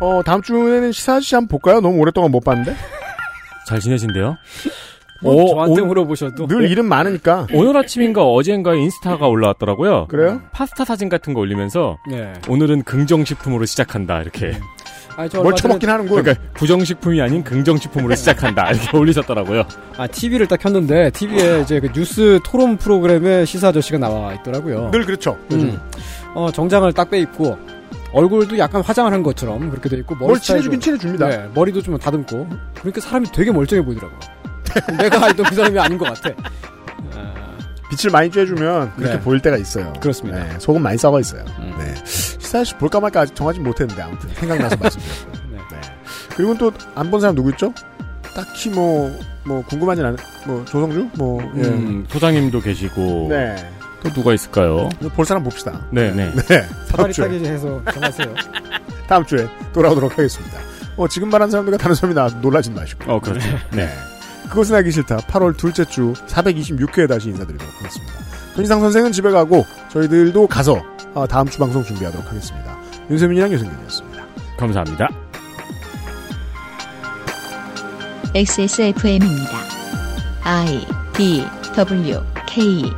어, 다음 주에는 시사 아저씨 한번 볼까요? 너무 오랫동안 못 봤는데.
잘 지내신데요?
뭐 저한테 물어보셔도
어,
네.
네.
늘 이름 많으니까.
오늘 아침인가 어젠가 인스타가 올라왔더라고요.
그래요?
파스타 사진 같은 거 올리면서
네.
오늘은 긍정식품으로 시작한다 이렇게.
네.
뭘 처먹긴 하는군.
그러니까 부정식품이 아닌 긍정식품으로 시작한다. 이렇게 올리셨더라고요.
아, TV를 딱 켰는데, TV에 이제 그 뉴스 토론 프로그램에 시사 아저씨가 나와 있더라고요.
늘 그렇죠.
요즘. 어, 정장을 딱 빼입고, 얼굴도 약간 화장을 한 것처럼 그렇게 돼 있고, 머리
뭘
스타일도-
친해주긴 친해줍니다.
네, 머리도 좀 다듬고. 그러니까 사람이 되게 멀쩡해 보이더라고요. 내가 알던 그 사람이 아닌 것 같아.
빛을 많이 쬐주면
네.
그렇게
음.
보일 때가 있어요.
그렇습니다.
네, 속은 많이 썩어 있어요. 네. 시사씨 볼까 말까 아직 정하지 못했는데 아무튼 생각나서 말씀드렸고. 네. 그리고 또 안 본 사람 누구 있죠? 딱히 뭐, 뭐 궁금하진 않은, 뭐 조성주? 뭐, 예.
음, 소장님도 계시고.
네.
또 누가 있을까요?
볼 사람 봅시다.
네네.
네. 다음
사다리
주에.
타기 해서 정하세요.
다음 주에 돌아오도록 하겠습니다. 어, 지금 말한 사람들과 다른 사람이 나와서 놀라진 마시고.
어, 그렇죠.
네. 그것은 알기 싫다. 8월 둘째 주 426회에 다시 인사드리도록 하겠습니다. 손희상 선생은 집에 가고 저희들도 가서 어, 다음 주 방송 준비하도록 하겠습니다. 윤세민이랑 유승균이었습니다.
감사합니다.
XSFM입니다. I D W K